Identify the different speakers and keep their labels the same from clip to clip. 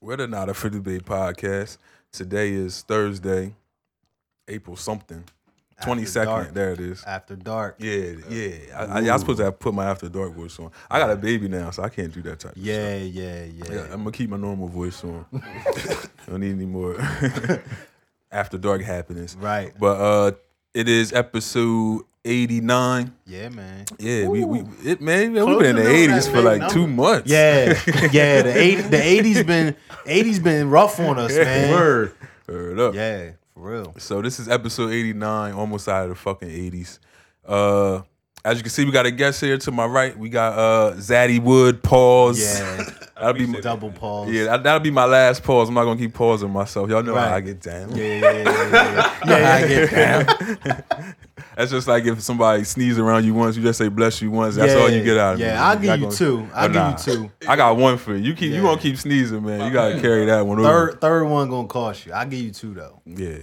Speaker 1: We're the Not a 50 Day podcast. Today is Thursday, April something, twenty
Speaker 2: dark.
Speaker 1: second. There it is.
Speaker 2: After dark.
Speaker 1: Yeah, yeah. I, I, y'all supposed to have put my after dark voice on. I got a baby now, so I can't do that type. of
Speaker 2: Yeah, yeah, yeah.
Speaker 1: Yeah, I'm gonna keep my normal voice on. Don't need any more after dark happiness.
Speaker 2: Right.
Speaker 1: But uh it is episode 89.
Speaker 2: Yeah, man.
Speaker 1: Yeah, we, we it man, man, we've
Speaker 2: Close
Speaker 1: been in the
Speaker 2: enough,
Speaker 1: eighties
Speaker 2: that
Speaker 1: for
Speaker 2: big
Speaker 1: like
Speaker 2: number.
Speaker 1: two months.
Speaker 2: Yeah, yeah. The eight, the eighties been eighties been rough on us, man.
Speaker 1: Word. Word up.
Speaker 2: Yeah, for real.
Speaker 1: So this is episode 89, almost out of the fucking 80s. Uh as you can see, we got a guest here to my right. We got uh Zaddy Wood, pause.
Speaker 2: Yeah,
Speaker 1: That'll be my,
Speaker 2: double pause.
Speaker 1: yeah, that- that'll be my last pause. I'm not gonna keep pausing myself. Y'all know how
Speaker 2: Right.
Speaker 1: I get down.
Speaker 2: yeah, yeah, yeah, yeah. yeah. yeah, I get that.
Speaker 1: That's just like if somebody sneezes around you once, you just say bless you once. That's all you get out of me.
Speaker 2: Yeah, I'll
Speaker 1: You're
Speaker 2: give
Speaker 1: not
Speaker 2: you
Speaker 1: gonna-
Speaker 2: two. I'll
Speaker 1: Oh,
Speaker 2: give you two.
Speaker 1: I got one for you. You keep you
Speaker 2: Yeah.
Speaker 1: gonna keep sneezing, man. You gotta carry that one over.
Speaker 2: Third, third one gonna cost you. I'll give you two though.
Speaker 1: Yeah.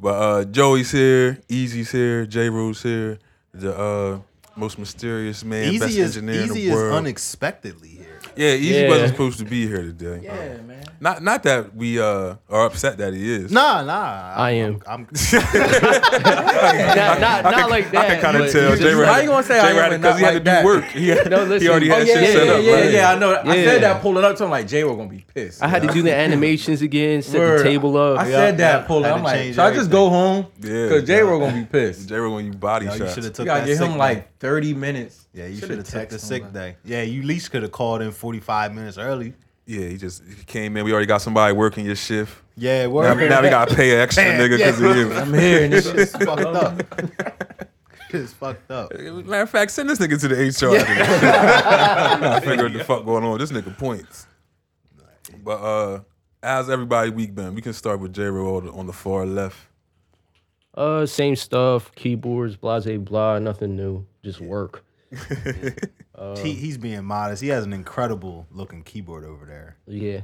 Speaker 1: But uh Joey's here, Easy's here, J Rose's here, the uh most mysterious man, best
Speaker 2: Easy is
Speaker 1: engineer in
Speaker 2: easy
Speaker 1: the
Speaker 2: is
Speaker 1: world.
Speaker 2: unexpectedly here.
Speaker 1: yeah, Easy
Speaker 3: Yeah.
Speaker 1: wasn't supposed to be here today.
Speaker 3: Yeah, man.
Speaker 1: Not not that we uh are upset that he is.
Speaker 2: Nah, nah.
Speaker 3: I am.
Speaker 2: I'm,
Speaker 3: Not, not, not like that.
Speaker 1: I can kind of
Speaker 3: but
Speaker 1: tell.
Speaker 3: you
Speaker 1: J
Speaker 3: just-
Speaker 1: Rod-
Speaker 4: I ain't gonna say I
Speaker 1: J Rod-
Speaker 4: am, but
Speaker 1: because he
Speaker 4: not
Speaker 1: had
Speaker 4: like
Speaker 1: to do
Speaker 4: that.
Speaker 1: work. He, had,
Speaker 3: No,
Speaker 1: he
Speaker 3: listen.
Speaker 1: already
Speaker 3: Oh,
Speaker 1: had
Speaker 3: yeah,
Speaker 1: shit
Speaker 3: yeah,
Speaker 1: set up.
Speaker 3: yeah,
Speaker 4: Yeah,
Speaker 1: right?
Speaker 4: yeah, I know. I
Speaker 3: Yeah.
Speaker 4: said that pulling up to him like Jay was gonna be pissed.
Speaker 3: I had to do the animations again, set
Speaker 4: Word.
Speaker 3: the table up.
Speaker 4: I said
Speaker 2: Yeah,
Speaker 4: that pulling.
Speaker 2: had to
Speaker 4: I'm like,
Speaker 2: change
Speaker 4: should I just go home?
Speaker 1: Yeah.
Speaker 4: Cause Jay was gonna be pissed.
Speaker 1: J Rod, when you body
Speaker 2: yo, you
Speaker 1: shots.
Speaker 2: should have
Speaker 4: You
Speaker 2: took
Speaker 4: gotta
Speaker 2: that
Speaker 4: give
Speaker 2: sick
Speaker 4: him
Speaker 2: day.
Speaker 4: like 30 minutes.
Speaker 2: Yeah, you
Speaker 4: Shoulda
Speaker 2: should have took the
Speaker 4: texted him,
Speaker 2: sick
Speaker 4: like,
Speaker 2: day. Yeah, you at least could have called in 45 minutes early.
Speaker 1: Yeah, he just he came in. We already got somebody working your shift.
Speaker 2: Yeah,
Speaker 1: Now,
Speaker 2: work.
Speaker 1: now we gotta pay an extra
Speaker 2: Yeah,
Speaker 1: nigga because of
Speaker 4: I'm here and this shit's
Speaker 2: It's fucked up. It's fucked up.
Speaker 1: you. Matter of fact, send this nigga to the HR. after this. Figure what the fuck going on. This nigga points. But uh, how's everybody week been? We can start with J Ro on the- on the far left.
Speaker 3: Uh, same stuff, keyboards, blase blah, nothing new, just work.
Speaker 2: he, he's being modest. He has an incredible looking keyboard over there.
Speaker 3: Yeah,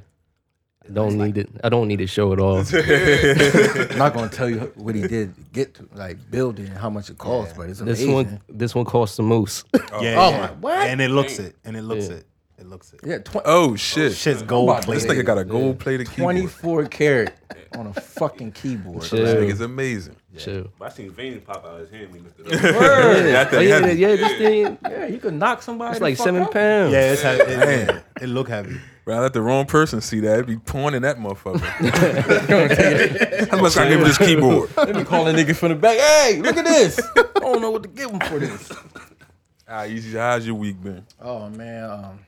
Speaker 3: I don't need it. I don't need to show it all.
Speaker 5: I'm not gonna tell you what he did to get to like building and how much it costs, but it's
Speaker 3: This
Speaker 5: amazing.
Speaker 3: one, this one costs the most.
Speaker 2: yeah,
Speaker 5: Oh
Speaker 2: yeah.
Speaker 5: my- what?
Speaker 2: And it looks it. And it looks it. It looks it.
Speaker 5: yeah,
Speaker 4: uh,
Speaker 5: tw-
Speaker 1: Oh shit!
Speaker 2: Shit's gold
Speaker 4: about to-
Speaker 1: This
Speaker 2: plated.
Speaker 1: nigga got a gold plated keyboard.
Speaker 5: 24 karat on a fucking keyboard.
Speaker 3: Shit.
Speaker 1: This nigga's amazing.
Speaker 3: Chill.
Speaker 6: I seen veins pop out of his hand when he lifted up.
Speaker 3: Yeah,
Speaker 1: that
Speaker 3: oh,
Speaker 1: thing
Speaker 3: yeah,
Speaker 1: heavy.
Speaker 3: yeah, this thing,
Speaker 4: yeah, you could knock somebody.
Speaker 3: it's
Speaker 4: the
Speaker 3: like
Speaker 4: fuck
Speaker 3: seven
Speaker 4: out.
Speaker 3: pounds.
Speaker 2: Yeah, it's heavy. It,
Speaker 1: Man.
Speaker 2: it look heavy.
Speaker 1: Right, I let the wrong person see that. It'd be pointing that motherfucker. How much I give this keyboard?
Speaker 4: They be calling niggas from the back. Hey, look at this. I don't know what to give him for this.
Speaker 1: Ah, easy. How's your week been?
Speaker 5: Oh man, um,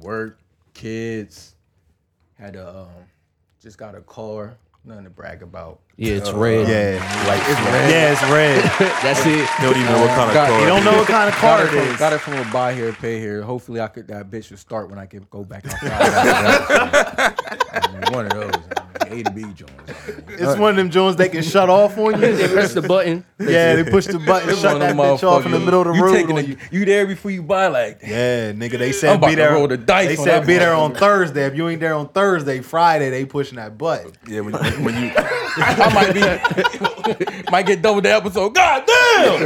Speaker 5: work, kids, had a um, just got a car. Nothing to brag about.
Speaker 3: yeah, it's red.
Speaker 2: Yeah.
Speaker 5: Like it's red.
Speaker 2: Yeah, it's red.
Speaker 3: That's it.
Speaker 1: Don't even know what kind of
Speaker 5: God,
Speaker 1: car.
Speaker 5: you
Speaker 2: You don't know what kind of
Speaker 5: Got
Speaker 2: car
Speaker 5: it,
Speaker 2: it
Speaker 5: from,
Speaker 2: is.
Speaker 5: got it from a buy here, pay here. Hopefully, I could that bitch would start when I can go back outside. I mean, one of those I mean, A to B joints. I mean.
Speaker 2: It's one of them Jones they can shut off on you.
Speaker 3: They press the button.
Speaker 2: Yeah, they push the button, shut
Speaker 5: one of
Speaker 2: that
Speaker 5: them
Speaker 2: bitch off in the
Speaker 5: motherfuckers.
Speaker 2: middle of the
Speaker 4: you
Speaker 2: road
Speaker 4: taking
Speaker 2: on
Speaker 4: a,
Speaker 2: you.
Speaker 4: you. there before you buy like that.
Speaker 2: Yeah, nigga, they said
Speaker 4: about
Speaker 2: be
Speaker 4: to
Speaker 2: there.
Speaker 4: roll the dice
Speaker 2: they
Speaker 4: on
Speaker 2: said
Speaker 4: that
Speaker 2: be there
Speaker 4: one.
Speaker 2: on Thursday. If you ain't there on Thursday, Friday, they pushing that button.
Speaker 1: Yeah, when, when you
Speaker 4: I might be might get double the episode. God damn!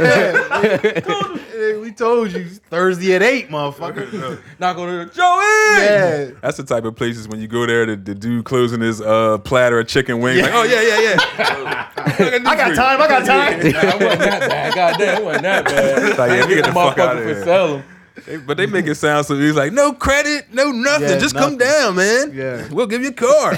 Speaker 2: Hey, we told you Thursday at eight, motherfucker.
Speaker 4: Knock on the door, Joey!
Speaker 2: yeah,
Speaker 1: That's the type of places when you go there, the, the dude closing his uh, platter of chicken wings. Like, oh yeah, yeah, yeah.
Speaker 2: I got time. I got time.
Speaker 4: Nah, it wasn't that bad. God damn, it wasn't that bad.
Speaker 1: Like, yeah, get the fuck out
Speaker 4: Motherfucker
Speaker 1: of
Speaker 4: for
Speaker 1: here.
Speaker 4: sell him.
Speaker 1: They- But they make it sound so easy. Like, no credit, no nothing.
Speaker 2: Yeah,
Speaker 1: Just come down,
Speaker 2: nothing.
Speaker 1: man.
Speaker 2: Yeah.
Speaker 1: We'll give you a car.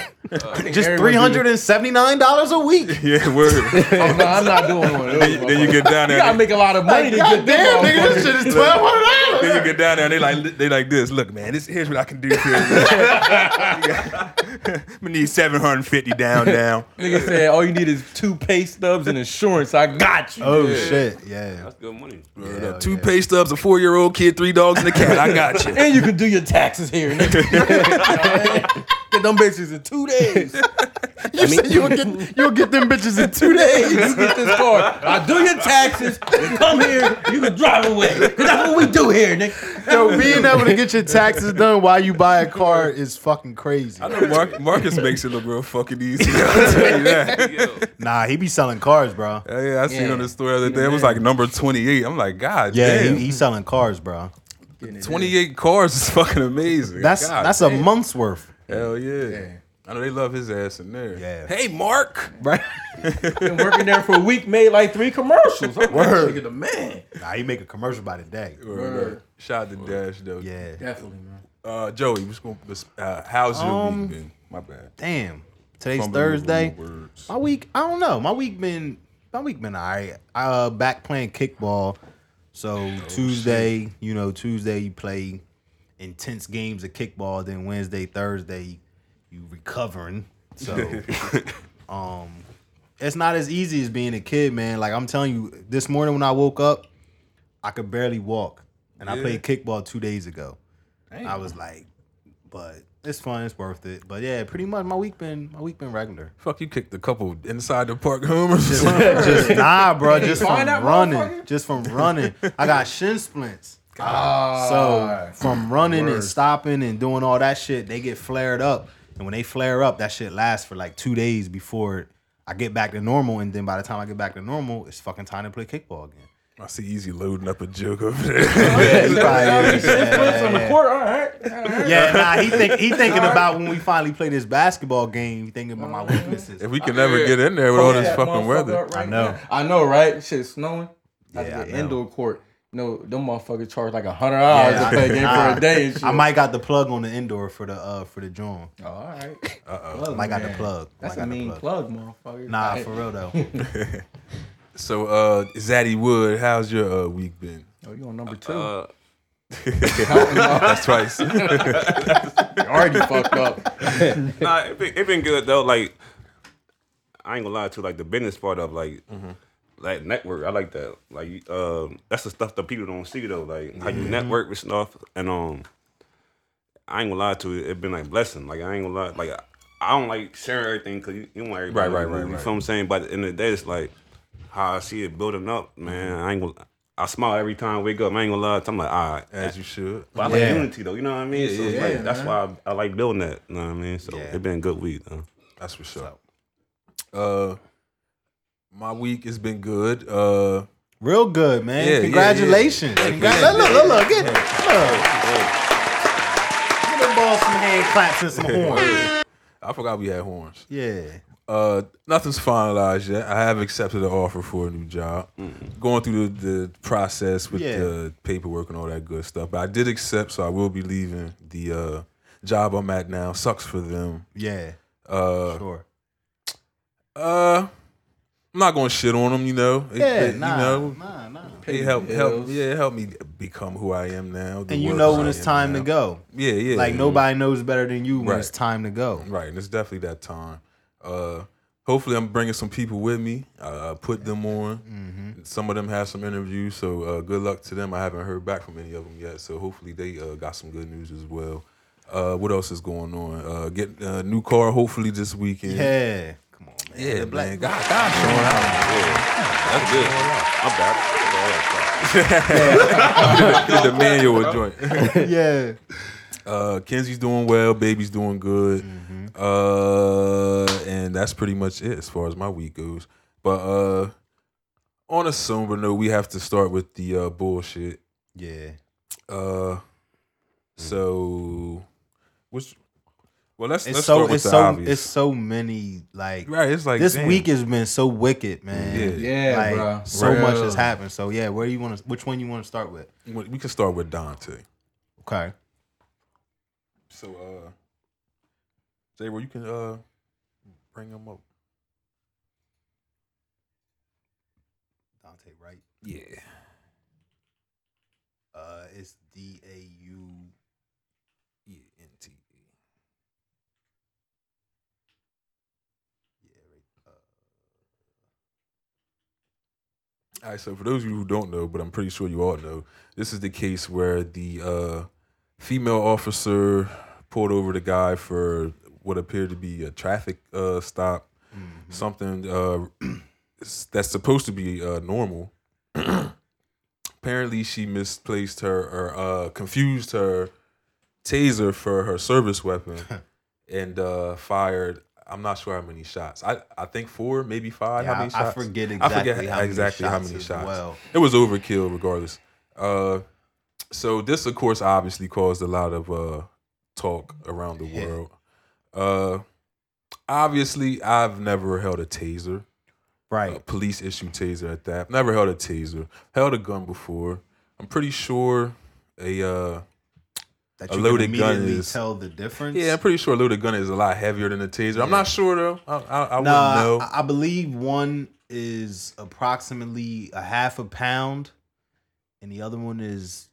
Speaker 2: Just three hundred and seventy nine dollars a week.
Speaker 1: yeah, word.
Speaker 4: Oh, no, I'm not doing one of those.
Speaker 1: then, then you get down
Speaker 4: You
Speaker 1: there.
Speaker 4: gotta
Speaker 1: and they-
Speaker 4: make a lot of money to
Speaker 2: God
Speaker 4: get
Speaker 2: damn,
Speaker 4: them
Speaker 2: nigga, this
Speaker 4: motherfuckers.
Speaker 2: shit is twelve hundred dollars.
Speaker 1: then you get down there and they like they like this. Look, man, this here's what I can do for you. I'm gonna need 750 down down.
Speaker 4: Nigga said, all you need is two pay stubs and insurance. I got you.
Speaker 2: Oh shit, yeah.
Speaker 6: That's good money.
Speaker 1: Word up. Two pay stubs, a four-year-old kid, three dogs and a cat. I got you.
Speaker 4: And you can do your taxes here, nigga. Get them bitches in two days.
Speaker 2: You said you'll get you'll get them bitches in two
Speaker 4: You
Speaker 2: days.
Speaker 4: get this car. I do your taxes. You come here. You can drive away. 'Cause that's what we do here, nigga.
Speaker 2: Yo, being able to get your taxes done while you buy a car is fucking crazy.
Speaker 1: Mark, Marcus makes it look real fucking easy. I'll tell you that.
Speaker 2: Nah, he be selling cars, bro.
Speaker 1: Yeah, yeah, I seen
Speaker 5: Yeah.
Speaker 1: on the story the other day. It was like number 28. I'm like, God
Speaker 2: Yeah,
Speaker 1: damn.
Speaker 2: he, he selling cars, bro.
Speaker 1: 28 cars is fucking amazing.
Speaker 2: That's
Speaker 1: God
Speaker 2: that's a month's worth.
Speaker 1: Hell yeah.
Speaker 5: Yeah.
Speaker 1: I know they love his ass in there.
Speaker 2: Yeah.
Speaker 1: Hey, Mark.
Speaker 5: Right? Been working there for a week, made like three commercials. I'm like,
Speaker 2: Word.
Speaker 5: nigga, the man.
Speaker 2: Nah, he make a commercial by the day.
Speaker 1: Shout out to Dash though.
Speaker 2: Yeah.
Speaker 5: Definitely, man.
Speaker 1: Uh, Joey, what's going? Uh, how's your week been? My bad.
Speaker 2: Damn. Today's
Speaker 1: Fumbling over
Speaker 2: Um, Thursday.
Speaker 1: my words.
Speaker 2: My week, I don't know. My week been my week been all right. I uh back playing kickball. So Tuesday, you know, Tuesday you play intense games of kickball, then Wednesday, Thursday, you recovering. So um it's not as easy as being a kid, man. Like I'm telling you, this morning when I woke up, I could barely walk. And I played kickball two days ago. I was like, but it's fun, it's worth it. But yeah, pretty much my week been my week been regular.
Speaker 1: Fuck, you kicked a couple inside the park homers. or something?
Speaker 2: just nah, bro. Just from
Speaker 5: find that
Speaker 2: running.
Speaker 5: motherfucker?
Speaker 2: Just from running. I got shin splints. So from running and stopping and doing all that shit, they get flared up. And when they flare up, that shit lasts for like two days before I get back to normal. And then by the time I get back to normal, it's fucking time to play kickball again.
Speaker 1: I see Easy loading up a joke over there.
Speaker 2: He probably is.
Speaker 5: Flips on the court, all right.
Speaker 2: yeah, nah. He think he thinking about when we finally play this basketball game. He thinking about my weaknesses.
Speaker 1: if we can never get in there with all this
Speaker 5: That
Speaker 1: fucking
Speaker 5: Oh, motherfucker
Speaker 1: weather,
Speaker 5: up right
Speaker 2: I know.
Speaker 5: now. I know, right? Shit, snowing. I
Speaker 2: Yeah,
Speaker 5: yeah,
Speaker 2: I
Speaker 5: the
Speaker 2: know.
Speaker 5: indoor court. You know, them motherfuckers charge like a hundred dollars to play a game for a day and shit.
Speaker 2: I might got the plug on the indoor for the uh for the joint.
Speaker 5: Oh, all right.
Speaker 2: I might got the plug.
Speaker 5: That's
Speaker 2: Might got
Speaker 5: a
Speaker 2: the
Speaker 5: mean
Speaker 2: plug.
Speaker 5: plug, motherfucker.
Speaker 2: Nah,
Speaker 5: Hey,
Speaker 2: for real though.
Speaker 1: so uh, Zaddy Wood, how's your uh, week been?
Speaker 5: Oh, you on number two?
Speaker 6: Uh,
Speaker 1: That's twice.
Speaker 5: you already fucked up.
Speaker 6: nah, it been, it been good though. Like, I ain't gonna lie to you, like the business part of like
Speaker 1: Mm-hmm.
Speaker 6: that network. I like that. Like, you- um, that's the stuff that people don't see though. Like how
Speaker 1: Mm-hmm.
Speaker 6: you network with stuff, and um, I ain't gonna lie to you, it been like blessing. Like I ain't gonna lie, like I, I don't like sharing everything because you, you want
Speaker 1: Right,
Speaker 6: everybody.
Speaker 1: right,
Speaker 6: to
Speaker 1: right,
Speaker 6: know, You
Speaker 1: right.
Speaker 6: feel what I'm saying? But at the end of the day, it's like how I see it building up, man.
Speaker 1: Mm-hmm.
Speaker 6: I ain't gonna. I smile every time I wake up. I ain't gonna lie. to you, I'm like, all right.
Speaker 1: As you should.
Speaker 6: But I
Speaker 2: Yeah.
Speaker 6: like unity though, you know what I mean? so it's
Speaker 5: yeah,
Speaker 6: like,
Speaker 5: yeah,
Speaker 6: that's why I, I like building that. You know what I mean? So
Speaker 2: Yeah.
Speaker 6: it's been a good week though.
Speaker 1: That's for sure. Uh, my week has been good. Uh,
Speaker 2: Real good, man.
Speaker 1: Yeah, yeah, yeah.
Speaker 2: Congratulations.
Speaker 1: Thank you.
Speaker 2: Congra-
Speaker 1: Yeah,
Speaker 2: look,
Speaker 1: yeah,
Speaker 2: look, look, get, look. Get them balls some hand claps and some horns.
Speaker 1: I forgot we had horns.
Speaker 2: Yeah.
Speaker 1: Uh, nothing's finalized yet. I have accepted an offer for a new job. Going through the, the process with
Speaker 2: Mm-hmm. Yeah.
Speaker 1: the paperwork and all that good stuff. But I did accept, so I will be leaving the uh, job I'm at now. Sucks for them.
Speaker 2: Yeah.
Speaker 1: Uh,
Speaker 2: Sure.
Speaker 1: uh, I'm not gonna shit on them, you know. They-
Speaker 2: Yeah,
Speaker 1: they-
Speaker 2: nah,
Speaker 1: you know,
Speaker 2: nah, nah.
Speaker 1: they help, help, yeah, help me become who I am now. the
Speaker 2: And you
Speaker 1: workers
Speaker 2: know when
Speaker 1: I
Speaker 2: it's
Speaker 1: am
Speaker 2: time
Speaker 1: now.
Speaker 2: to go.
Speaker 1: Yeah, yeah.
Speaker 2: Like nobody knows better than you when
Speaker 1: Right.
Speaker 2: it's time to go.
Speaker 1: Right, and it's definitely that time. Uh, hopefully, I'm bringing some people with me. Uh, I put them on.
Speaker 2: Mm-hmm.
Speaker 1: Some of them have some interviews, so uh, good luck to them. I haven't heard back from any of them yet, so hopefully they uh, got some good news as well. Uh, what else is going on? Uh, get a new car hopefully this weekend.
Speaker 2: Yeah. Come on, man.
Speaker 1: Yeah, man. God, God showing out.
Speaker 6: That's good. I'm back.
Speaker 1: the manual joint.
Speaker 2: yeah.
Speaker 1: Uh, Kenzie's doing well. Baby's doing good.
Speaker 2: Mm-hmm.
Speaker 1: Uh, and that's pretty much it as far as my week goes. But uh, on a somber note, we have to start with the uh, bullshit.
Speaker 2: Yeah.
Speaker 1: Uh,
Speaker 2: Mm.
Speaker 1: so which? Well, let's
Speaker 2: It's
Speaker 1: let's
Speaker 2: so
Speaker 1: start with
Speaker 2: it's
Speaker 1: the
Speaker 2: so
Speaker 1: obvious.
Speaker 2: it's so many like
Speaker 1: right. It's like
Speaker 2: this
Speaker 1: damn.
Speaker 2: week has been so wicked, man.
Speaker 1: Yeah.
Speaker 5: Yeah,
Speaker 2: like
Speaker 5: bro.
Speaker 2: so much has
Speaker 5: Real.
Speaker 2: happened. So yeah, where you want to? Which one you want to start with?
Speaker 1: We we can start with Dante.
Speaker 2: Okay.
Speaker 1: So, uh, Jay, well, you can uh bring him up.
Speaker 2: Dante Wright.
Speaker 1: Yeah.
Speaker 2: Uh, it's D A U.
Speaker 1: E N T E. All right, so for those of you who don't know, but I'm pretty sure you all know, this is the case where the uh, female officer pulled over the guy for what appeared to be a traffic uh, stop,
Speaker 2: Mm-hmm.
Speaker 1: something uh, that's supposed to be uh, normal. Apparently, she misplaced her or uh, confused her taser for her service weapon and uh, fired. I'm not sure how many shots. I, I think four, maybe five. how
Speaker 2: Yeah,
Speaker 1: many
Speaker 2: I, I
Speaker 1: shots?
Speaker 2: forget
Speaker 1: I
Speaker 2: exactly
Speaker 1: forget
Speaker 2: how many
Speaker 1: exactly
Speaker 2: shots
Speaker 1: how many
Speaker 2: as
Speaker 1: shots.
Speaker 2: Well,
Speaker 1: It was overkill, regardless. Uh, so this, of course, obviously caused a lot of uh, talk around the
Speaker 2: Yeah.
Speaker 1: world. Uh, obviously, I've never held a taser,
Speaker 2: Right.
Speaker 1: a police issue taser at that. Never held a taser. Held a gun before. I'm pretty sure a uh,
Speaker 2: that
Speaker 1: a
Speaker 2: you
Speaker 1: loaded
Speaker 2: can
Speaker 1: gun
Speaker 2: immediately
Speaker 1: is-
Speaker 2: tell the difference.
Speaker 1: yeah, I'm pretty sure a loaded gun is a lot heavier than a taser. I'm not sure though. I I, I
Speaker 2: Nah,
Speaker 1: wouldn't know.
Speaker 2: I, I believe one is approximately a half a pound, and the other one is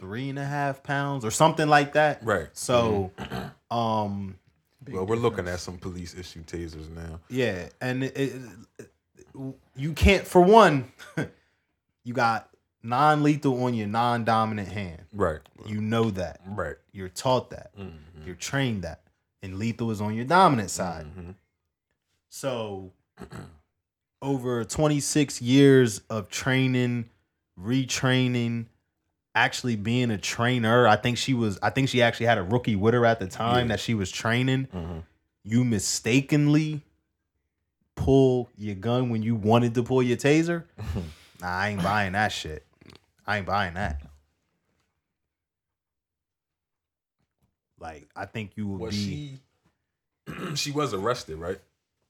Speaker 2: three and a half pounds or something like that.
Speaker 1: Right.
Speaker 2: So, um,
Speaker 1: Well, we're looking at some police issue tasers now.
Speaker 2: yeah, and it, it, you can't. For one, you got non-lethal on your non-dominant hand.
Speaker 1: Right.
Speaker 2: You know that.
Speaker 1: Right. Mm-hmm.
Speaker 2: You're taught that. You're trained that. And lethal is on your dominant side. So, over 26 years of training, retraining, actually being a trainer, I think she was, I think she actually had a rookie with her at the time that she was training. You mistakenly pull your gun when you wanted to pull your taser. nah, I ain't buying that shit. I ain't buying that. Like, I think you will
Speaker 1: Well,
Speaker 2: be.
Speaker 1: she she was arrested, right?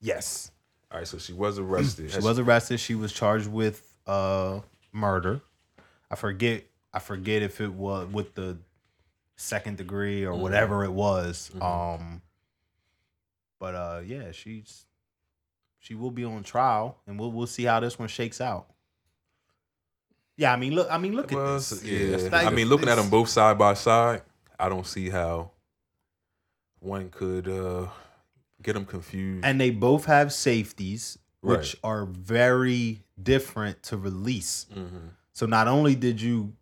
Speaker 2: yes.
Speaker 1: All right, so she was arrested.
Speaker 2: Mm, She was arrested. She was charged with uh murder. I forget. I forget if it was with the second degree or
Speaker 1: Mm-hmm.
Speaker 2: whatever it was. Um, but uh, yeah, she's she will be on trial, and we'll we'll see how this one shakes out. Yeah, I mean, look. I mean, look at
Speaker 1: Well,
Speaker 2: this.
Speaker 1: so- yeah.
Speaker 2: Like,
Speaker 1: I mean, looking at
Speaker 2: it's-
Speaker 1: them both side by side, I don't see how one could uh, get them confused.
Speaker 2: and they both have safeties, which
Speaker 1: Right.
Speaker 2: are very different to release.
Speaker 1: Mhm.
Speaker 2: So not only did you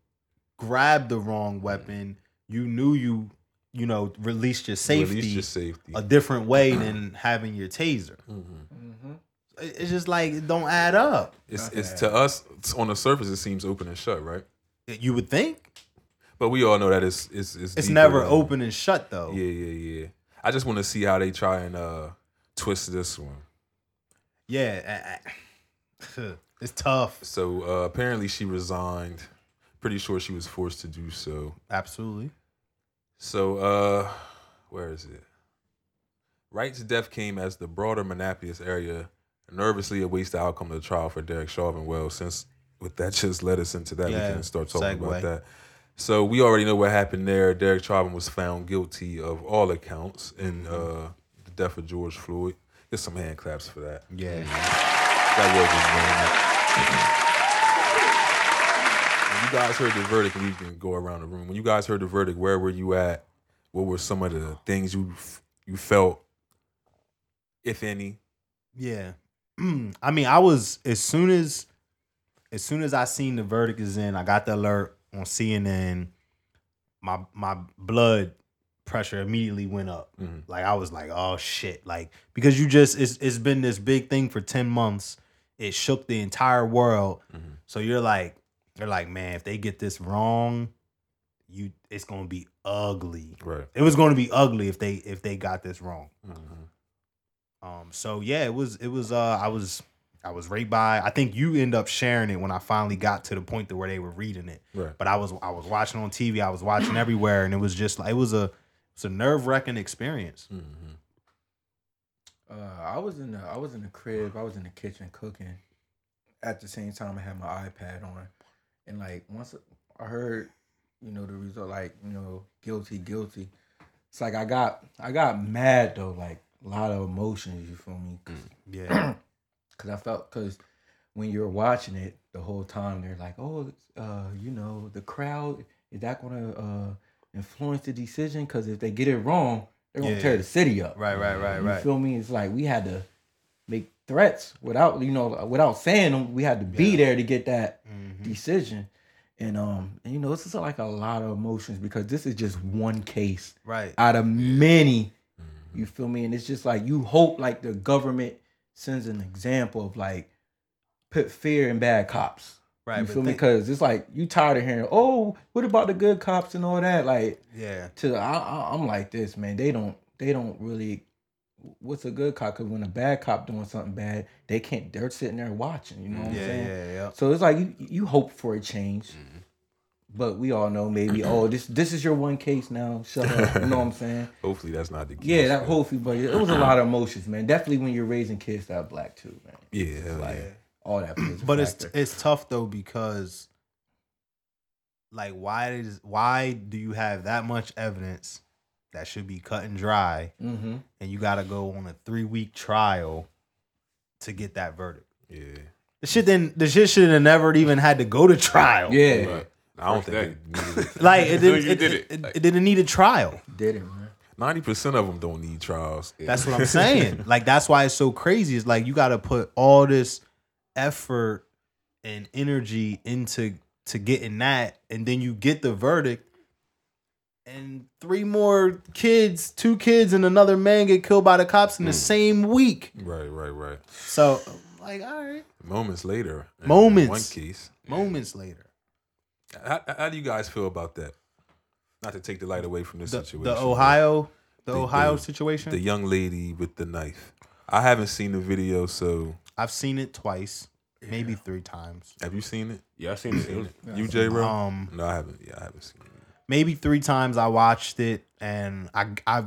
Speaker 2: grab the wrong weapon, you knew you, you know, released your safety
Speaker 1: Release your safety. Mm-hmm.
Speaker 2: a different way than having your taser.
Speaker 5: Mm-hmm.
Speaker 2: It- It's just like it don't add up.
Speaker 1: It's, it's to us it's on the surface, it seems open and shut, right?
Speaker 2: You would think
Speaker 1: But we all know that it's it's it's,
Speaker 2: it's
Speaker 1: deeper
Speaker 2: never
Speaker 1: than-
Speaker 2: open and shut though.
Speaker 1: Yeah, yeah, yeah. I just want to see how they try and uh, twist this one.
Speaker 2: Yeah, I- I- it's tough.
Speaker 1: So uh, apparently she resigned. Pretty sure she was forced to do so.
Speaker 2: Absolutely.
Speaker 1: So, uh, where is it? Right to death came as the broader Minneapolis area nervously awaits the outcome of the trial for Derek Chauvin. Well, since with that just led us into that,
Speaker 2: Yeah,
Speaker 1: we can start talking
Speaker 2: segue.
Speaker 1: about that. So we already know what happened there. Derek Chauvin was found guilty of all accounts in uh, the death of George Floyd. There's some hand claps for that.
Speaker 2: Yeah.
Speaker 1: That was his name. When you guys heard the verdict, we can go around the room. When you guys heard the verdict, where were you at? What were some of the things you f- you felt, if any?
Speaker 2: Yeah. I mean, I was as soon as as soon as I seen the verdict is in, I got the alert on CNN. My my blood pressure immediately went up. Like I was like, "Oh shit." Like because you just it's it's been this big thing for 10 months. It shook the entire world. So you're like they're like, "Man, if they get this wrong, you it's going to be ugly."
Speaker 1: Right.
Speaker 2: It was going to be ugly if they if they got this wrong.
Speaker 1: Mm-hmm.
Speaker 2: Um, so yeah, it was it was uh I was I was right by I think you end up sharing it when I finally got to the point to where they were reading it.
Speaker 1: Right.
Speaker 2: But I was I was watching on TV, I was watching everywhere, and it was just like it was a it's a nerve wracking experience.
Speaker 1: Mm-hmm.
Speaker 5: Uh, I was in the I was in the crib. I was in the kitchen cooking. At the same time, I had my iPad on, and like once I heard, you know, the result, like you know, guilty, guilty. It's like I got I got mad though, like a lot of emotions. You feel me? Cause,
Speaker 2: Yeah.
Speaker 5: Cause I felt cause when you're watching it the whole time, they're like, oh, uh, you know, the crowd is that gonna uh, influence the decision? Cause if they get it wrong, they're gonna
Speaker 2: Yeah.
Speaker 5: tear the city up.
Speaker 2: Right, right, right,
Speaker 5: You
Speaker 2: right.
Speaker 5: feel me? It's like we had to make threats without you know without saying them. We had to be there to get that
Speaker 2: Mm-hmm.
Speaker 5: decision, and um, and, you know, this is like a lot of emotions because this is just one case
Speaker 2: Right.
Speaker 5: out of many.
Speaker 2: Mm-hmm.
Speaker 5: You feel me? And it's just like you hope like the government sends an example of like put fear in bad cops.
Speaker 2: Right,
Speaker 5: You
Speaker 2: but
Speaker 5: feel me?
Speaker 2: think-
Speaker 5: Because it's like you tired of hearing, oh, what about the good cops and all that? Like
Speaker 2: Yeah.
Speaker 5: to I, I, I'm like this, man. They don't they don't really. What's a good cop? Because when a bad cop doing something bad, they can't. They're sitting there watching. You know what I'm
Speaker 2: Mm, Yeah, Mm-hmm.
Speaker 5: saying?
Speaker 2: yeah, yeah.
Speaker 5: So it's like you you hope for a change, But we all know maybe, oh, this this is your one case now. Shut up. You know what I'm saying?
Speaker 1: Hopefully that's not the case.
Speaker 5: Yeah, that hopefully, but it was a lot of emotions, man. Definitely when you're raising kids that are black too, man.
Speaker 1: yeah, hell yeah.
Speaker 5: All that plays a
Speaker 2: But it's
Speaker 5: factor.
Speaker 2: it's tough though because like why is why do you have that much evidence that should be cut and dry
Speaker 5: Mhm.
Speaker 2: and you got to go on a 3 week trial to get that verdict?
Speaker 1: yeah.
Speaker 2: The shit then the shit should have never even had to go to trial.
Speaker 5: yeah,
Speaker 1: But I don't
Speaker 6: First
Speaker 1: think it-
Speaker 2: Like it
Speaker 6: No,
Speaker 2: didn't
Speaker 6: you
Speaker 2: it,
Speaker 6: did
Speaker 2: it,
Speaker 6: it.
Speaker 2: it didn't need a trial.
Speaker 5: did it, man.
Speaker 1: 90% of them don't need trials.
Speaker 2: That's what I'm saying. like that's why it's so crazy. It's like you got to put all this effort and energy into to getting that, and then you get the verdict, and three more kids, two kids, and another man get killed by the cops
Speaker 6: Mm.
Speaker 2: in the same week.
Speaker 1: Right, right, right.
Speaker 2: So, like, all right,
Speaker 1: Moments later. in
Speaker 2: Moments.
Speaker 1: One case.
Speaker 2: moments later,
Speaker 1: How, how do you guys feel about that? Not to take the light away from this
Speaker 2: the,
Speaker 1: situation.
Speaker 2: the
Speaker 1: but
Speaker 2: Ohio, the,
Speaker 1: The-
Speaker 2: Ohio
Speaker 1: the-
Speaker 2: situation.
Speaker 1: The young lady with the knife. I haven't seen the video, so
Speaker 2: I've seen it twice, maybe three times.
Speaker 1: have you seen it?
Speaker 6: Yeah, I seen it.
Speaker 1: You J Ro?
Speaker 2: Um,
Speaker 1: no, I haven't. Yeah, I haven't seen it.
Speaker 2: maybe three times I watched it, and I I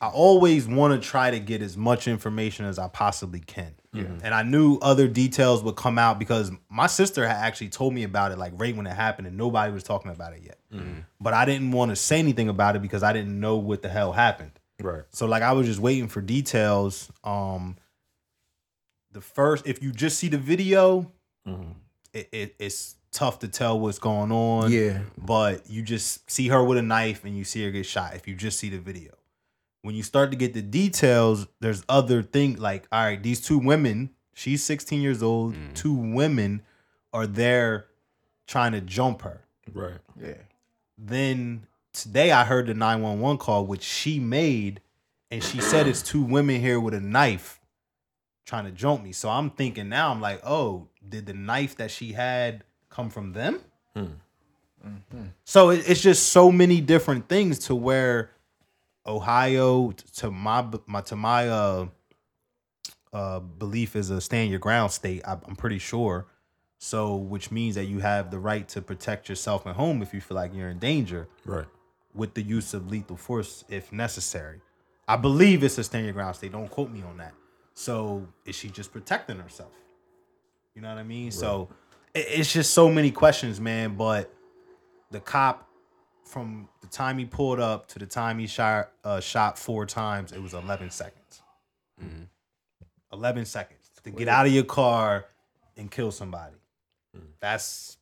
Speaker 2: I always want to try to get as much information as I possibly can. And I knew other details would come out because my sister had actually told me about it like right when it happened, and nobody was talking about it yet. But I didn't want to say anything about it because I didn't know what the hell happened.
Speaker 1: Right.
Speaker 2: So like I was just waiting for details. Um the first if you just see the video, it, it it's tough to tell what's going on
Speaker 5: Yeah,
Speaker 2: but you just see her with a knife and you see her get shot if you just see the video. When you start to get the details, there's other things like, all right, these two women, she's 16 years old, two women are there trying to jump her.
Speaker 1: Right.
Speaker 5: yeah,
Speaker 2: Then today I heard the 911 call, which she made, and she said it's two women here with a knife trying to jump me. So I'm thinking now, I'm like, oh, did the knife that she had come from them? So it, it's just so many different things to where Ohio t- to my my to my uh uh belief is a stand your ground state. I, I'm pretty sure. So which means that you have the right to protect yourself at home if you feel like you're in danger
Speaker 1: Right.
Speaker 2: with the use of lethal force if necessary. I believe it's a stand your ground state. Don't quote me on that. So is she just protecting herself? You know what I mean? So it, it's just so many questions, man. But the cop, from the time he pulled up to the time he shot uh, shot four times, it was eleven seconds. Eleven seconds to get out of your car and kill somebody. That's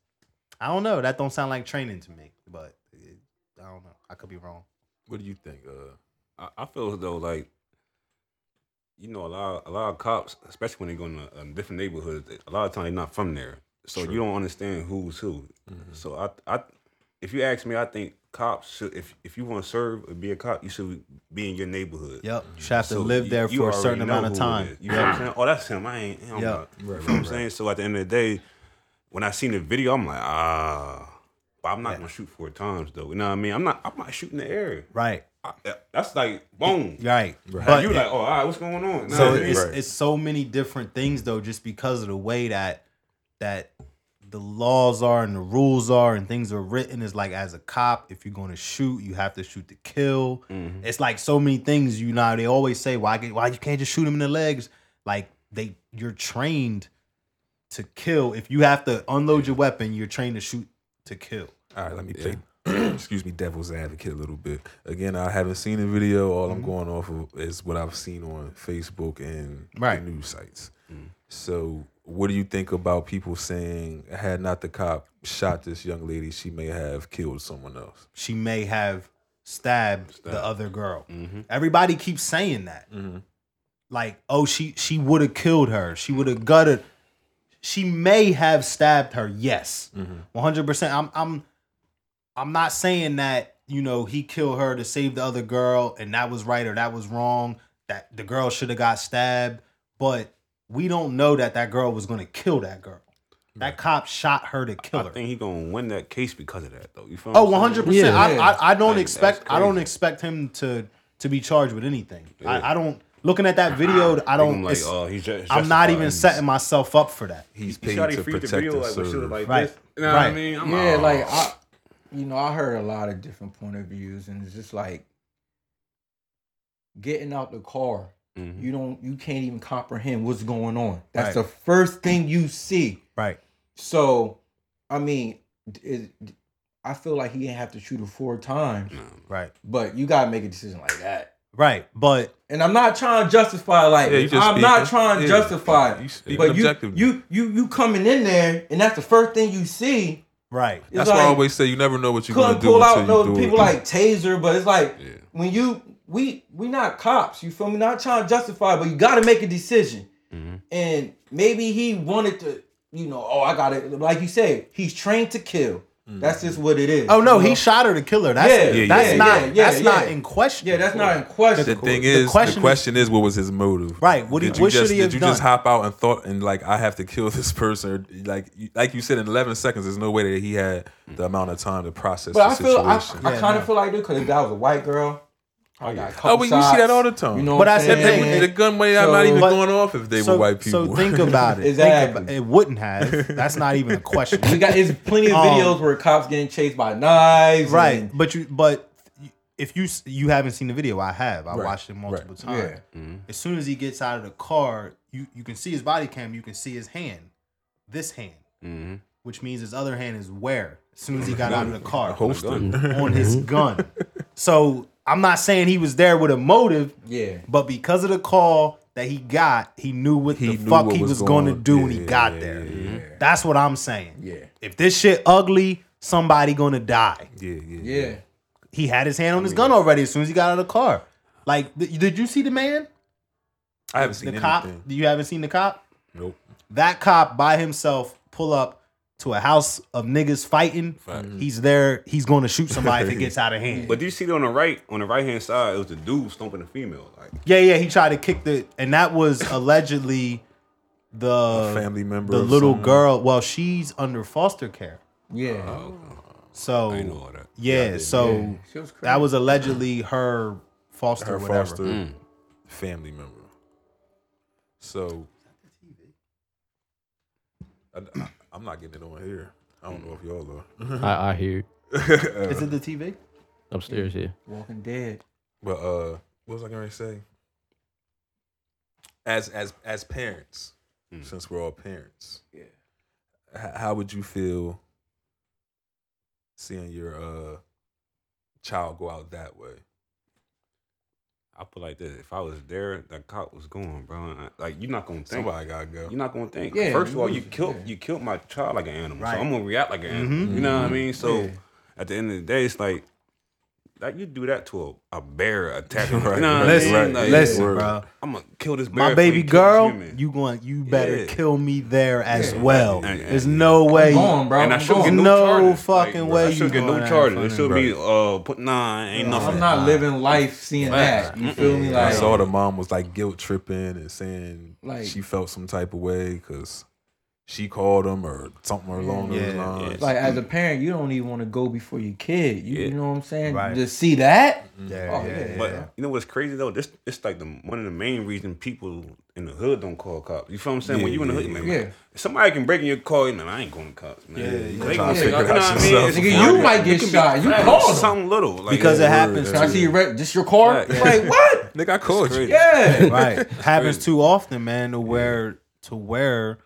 Speaker 2: I don't know. That don't sound like training to me, but it, I don't know. I could be wrong.
Speaker 1: What do you think? Uh,
Speaker 6: I, I feel as though like you know a lot a lot of cops, especially when they go in a, a different neighborhood, they- a lot of times they're not from there, so you don't understand who's who.
Speaker 5: Mm-hmm.
Speaker 6: So I I if you ask me, I think cops should if if you want to serve or be a cop, you should be in your neighborhood.
Speaker 2: Yep. You should have to
Speaker 6: Mm. So
Speaker 2: live
Speaker 6: you-
Speaker 2: there
Speaker 6: you
Speaker 2: for a
Speaker 6: already
Speaker 2: certain
Speaker 6: know
Speaker 2: amount of
Speaker 6: who it
Speaker 2: time.
Speaker 6: is. You know what I'm saying? Oh, that's him. I ain't. I don't
Speaker 2: Yeah.
Speaker 6: know. You know what I'm saying? So at the end of the day, when I seen the video, I'm like, ah. But I'm not gonna shoot four times though. You know what I mean? I'm not. I'm not shooting the air.
Speaker 2: Right.
Speaker 6: I, that's like boom.
Speaker 2: Right.
Speaker 6: But
Speaker 2: But
Speaker 6: you like, oh, all right, what's going on? Nah,
Speaker 2: so
Speaker 6: it-
Speaker 2: it's
Speaker 1: Right.
Speaker 2: it's so many different things though, just because of the way that that the laws are and the rules are and things are written is like as a cop, if you're gonna shoot, you have to shoot to kill.
Speaker 6: Mm-hmm.
Speaker 2: It's like so many things you know. They always say why get- why you can't just shoot him in the legs. Like they you're trained to kill. If you have to unload your weapon, you're trained to shoot to kill.
Speaker 1: All right, let me play. excuse me, devil's advocate a little bit. Again, I haven't seen the video. All
Speaker 5: Mm-hmm.
Speaker 1: I'm going off of is what I've seen on Facebook and
Speaker 2: Right.
Speaker 1: the news sites.
Speaker 5: Mm.
Speaker 1: So, what do you think about people saying, had not the cop shot this young lady, she may have killed someone else?
Speaker 2: she may have stabbed, the other girl.
Speaker 6: Mm-hmm.
Speaker 2: Everybody keeps saying that. Like, oh, she she would have killed her. She would have gutted. She may have stabbed her. Yes,
Speaker 6: Mm-hmm.
Speaker 2: one hundred percent. I'm I'm I'm not saying that you know he killed her to save the other girl and that was right or that was wrong. That the girl should have got stabbed, but we don't know that that girl was gonna kill that girl. That cop shot her to kill
Speaker 6: I
Speaker 2: her.
Speaker 6: think he gonna win that case because of that though. You feel?
Speaker 2: Oh,
Speaker 6: what I'm
Speaker 2: 100
Speaker 6: saying?
Speaker 2: percent. I,
Speaker 5: Yeah.
Speaker 2: I I don't
Speaker 6: Like,
Speaker 2: expect
Speaker 6: that's
Speaker 2: I don't
Speaker 6: crazy.
Speaker 2: expect him to to be charged with anything. I, I don't looking at that video, I don't.
Speaker 6: I'm like,
Speaker 2: it's-
Speaker 6: oh, he's just.
Speaker 2: I'm not even
Speaker 6: justifying.
Speaker 2: setting myself up for that.
Speaker 1: He's
Speaker 6: He
Speaker 1: paid
Speaker 6: shot
Speaker 1: to
Speaker 6: free the
Speaker 1: protect
Speaker 6: video
Speaker 1: and
Speaker 6: like when she was
Speaker 1: serve.
Speaker 6: like
Speaker 2: Right.
Speaker 6: this. You know what I
Speaker 2: Right.
Speaker 6: mean? I'm
Speaker 5: yeah,
Speaker 6: all-
Speaker 5: like I, you know, I heard a lot of different point of views, and it's just like getting out the car.
Speaker 6: Mhm.
Speaker 1: Mm.
Speaker 5: You don't, you can't even comprehend what's going on. That's
Speaker 2: Right.
Speaker 5: the first thing you see.
Speaker 2: Right.
Speaker 5: So, I mean, d- it, I feel like he didn't have to shoot her four times,
Speaker 2: Right.
Speaker 5: but you gotta make a decision like that.
Speaker 2: Right. But
Speaker 5: And I'm not trying to justify like
Speaker 1: Yeah, you just
Speaker 5: I'm not
Speaker 1: speaking.
Speaker 5: trying to
Speaker 1: Yeah.
Speaker 5: justify
Speaker 1: You
Speaker 5: it.
Speaker 1: speaking
Speaker 5: but you,
Speaker 1: objectively.
Speaker 5: you you you coming in there and that's the first thing you see.
Speaker 2: right.
Speaker 5: It's
Speaker 1: That's why I
Speaker 5: like-
Speaker 1: always say you never know what you're gonna
Speaker 5: couldn't
Speaker 1: do
Speaker 5: pull out
Speaker 1: until
Speaker 5: no
Speaker 1: you do
Speaker 5: people
Speaker 1: it.
Speaker 5: like taser, but it's like
Speaker 6: Yeah.
Speaker 5: when you we we not cops, you feel me? Not trying to justify, but you gotta make a decision.
Speaker 1: Mm-hmm.
Speaker 5: And maybe he wanted to, you know, oh I gotta like you said, he's trained to kill. That's just what it is.
Speaker 2: Oh no,
Speaker 5: you know?
Speaker 2: he shot her to kill her. That's
Speaker 5: Yeah, yeah,
Speaker 2: that's
Speaker 5: yeah,
Speaker 2: not
Speaker 5: yeah, yeah,
Speaker 2: that's not
Speaker 5: yeah.
Speaker 2: in question.
Speaker 5: Yeah, that's not in question.
Speaker 1: The thing is, the question,
Speaker 2: question
Speaker 1: is, what was his motive?
Speaker 2: Right, what he-
Speaker 1: did you
Speaker 2: what should
Speaker 1: just
Speaker 2: he
Speaker 1: did
Speaker 2: have
Speaker 1: you just
Speaker 2: done?
Speaker 1: hop out and thought and like I have to kill this person? Or, like you- like you said, in eleven seconds, there's no way that he had the amount of time to process
Speaker 5: But
Speaker 1: the
Speaker 5: I feel I,
Speaker 1: situation.
Speaker 5: I
Speaker 2: Yeah,
Speaker 5: kind of
Speaker 2: no.
Speaker 5: feel like this because if that was a white girl, I got a couple
Speaker 1: Oh, but you see
Speaker 5: shots,
Speaker 1: that all the time.
Speaker 5: You know
Speaker 2: But
Speaker 5: what I'm
Speaker 2: that's the
Speaker 5: saying?
Speaker 2: thing,
Speaker 1: the gun might have not
Speaker 5: So-
Speaker 1: even
Speaker 2: But-
Speaker 1: gone off if they
Speaker 2: So,
Speaker 1: were white people.
Speaker 2: so think about it.
Speaker 5: Exactly.
Speaker 2: Think about, it wouldn't have. That's not even a question.
Speaker 5: We got it's plenty of
Speaker 2: Um,
Speaker 5: videos where cops getting chased by knives.
Speaker 2: right,
Speaker 5: and-
Speaker 2: but you but if you s- you haven't seen the video, I have. I watched it multiple times.
Speaker 1: Mm-hmm.
Speaker 2: As soon as he gets out of the car, you you can see his body cam. You can see his hand, this hand,
Speaker 6: Mhm.
Speaker 2: which means his other hand is where. As soon as he got out of the car,
Speaker 1: Holster.
Speaker 2: on his gun. So I'm not saying he was there with a motive,
Speaker 5: Yeah.
Speaker 2: but because of the call that he got, he knew what
Speaker 1: He
Speaker 2: the
Speaker 1: knew
Speaker 2: fuck
Speaker 1: what
Speaker 2: he
Speaker 1: was
Speaker 2: was, going to
Speaker 1: going-
Speaker 2: do
Speaker 1: yeah,
Speaker 2: when he
Speaker 1: yeah,
Speaker 2: got
Speaker 1: yeah,
Speaker 2: there.
Speaker 1: yeah, yeah.
Speaker 2: That's what I'm saying.
Speaker 5: Yeah.
Speaker 2: If this shit ugly, somebody going to die.
Speaker 1: Yeah, yeah,
Speaker 5: Yeah.
Speaker 2: He had his hand on his gun already as soon as he got out of the car. Like, th- did you see the man?
Speaker 1: I haven't seen
Speaker 2: The
Speaker 1: anything.
Speaker 2: cop? You haven't seen the cop?
Speaker 1: Nope.
Speaker 2: That cop by himself pull up to a house of niggas fighting. He's there. He's going to shoot somebody if it gets out of hand.
Speaker 6: But do you see on the right, on the right hand side, it was the dude stomping the female. Like
Speaker 2: Yeah, yeah, he tried to kick the, and that was allegedly the
Speaker 1: A family uh, member
Speaker 2: the
Speaker 1: of
Speaker 2: little
Speaker 1: someone.
Speaker 2: girl. Well, she's under foster care,
Speaker 5: Yeah.
Speaker 2: so
Speaker 6: I know all that.
Speaker 2: yeah, so
Speaker 5: She was crazy.
Speaker 2: that was allegedly her foster,
Speaker 1: her
Speaker 2: whatever.
Speaker 1: foster family member. So, I, am not getting it on here. I don't know if y'all are, Uh,
Speaker 3: I, I hear it.
Speaker 2: Is it the TV?
Speaker 3: upstairs here.
Speaker 5: Walking Dead.
Speaker 1: but uh, what was I going to say? As as as parents, since we're all parents, yeah. how would you feel seeing your uh child go out that way?
Speaker 6: I put like this: if I was there, that cop was going, bro. and I- Like you're not gonna think.
Speaker 1: Somebody gotta go.
Speaker 6: You're not gonna think.
Speaker 5: Yeah,
Speaker 6: First of
Speaker 5: you
Speaker 6: all,
Speaker 5: was-
Speaker 6: you killed
Speaker 5: yeah.
Speaker 6: you killed my child like an animal,
Speaker 2: Right. Mm-hmm.
Speaker 6: so I'm gonna react like an animal. You know what I mean? So at the end of the day, it's like like you do that to a, a bear attacking.
Speaker 1: Right,
Speaker 6: you know what
Speaker 1: Listen,
Speaker 6: I mean? Like,
Speaker 2: listen,
Speaker 1: word.
Speaker 2: bro.
Speaker 6: I'm gonna kill this bear.
Speaker 2: My
Speaker 6: before you
Speaker 2: baby
Speaker 6: kill this
Speaker 2: girl,
Speaker 6: human.
Speaker 2: you going? You better
Speaker 6: Yeah.
Speaker 2: kill me there as well.
Speaker 6: Yeah, yeah,
Speaker 2: There's
Speaker 6: yeah.
Speaker 2: no way.
Speaker 5: Gone, bro.
Speaker 6: and I
Speaker 5: I'm
Speaker 6: should
Speaker 5: gone.
Speaker 6: get no,
Speaker 2: No
Speaker 6: charges.
Speaker 2: fucking
Speaker 6: Like,
Speaker 2: way
Speaker 6: I
Speaker 2: you
Speaker 6: should get
Speaker 2: going
Speaker 6: no
Speaker 2: out
Speaker 6: charges. It should
Speaker 2: front
Speaker 6: be uh put nah, ain't nothing.
Speaker 5: I'm not living life seeing that. You feel me?
Speaker 1: I
Speaker 5: Like
Speaker 1: saw the mom was like guilt tripping and saying
Speaker 5: Like-
Speaker 1: she felt some type of way because she called him or something along those
Speaker 2: Yeah.
Speaker 1: lines.
Speaker 5: like as a parent, you don't even want to go before your kid. You, you know what I'm saying?
Speaker 2: Right.
Speaker 5: Just see that.
Speaker 2: Yeah, yeah,
Speaker 5: Oh, yeah.
Speaker 2: yeah.
Speaker 6: But you know what's crazy though? This it's like the one of the main reason people in the hood don't call cops. You feel what I'm saying? when
Speaker 1: Yeah,
Speaker 6: you in the hood,
Speaker 1: yeah,
Speaker 6: man,
Speaker 5: yeah.
Speaker 6: if somebody can break in your car, man, I ain't going to cops, man.
Speaker 2: Yeah,
Speaker 6: They
Speaker 2: you
Speaker 6: gonna
Speaker 1: trying to
Speaker 6: take-
Speaker 1: figure it out
Speaker 6: I mean?
Speaker 1: yourself.
Speaker 6: It's-
Speaker 5: Nigga, you might get
Speaker 6: can be
Speaker 5: shot. You
Speaker 6: fat,
Speaker 5: called him.
Speaker 6: something little like,
Speaker 2: because
Speaker 6: yeah.
Speaker 2: it happens.
Speaker 5: Can I see your re- just your car?
Speaker 6: Yeah.
Speaker 5: Like what?
Speaker 1: Nigga, I called you.
Speaker 6: crazy.
Speaker 5: Yeah.
Speaker 2: right happens too often man to where to where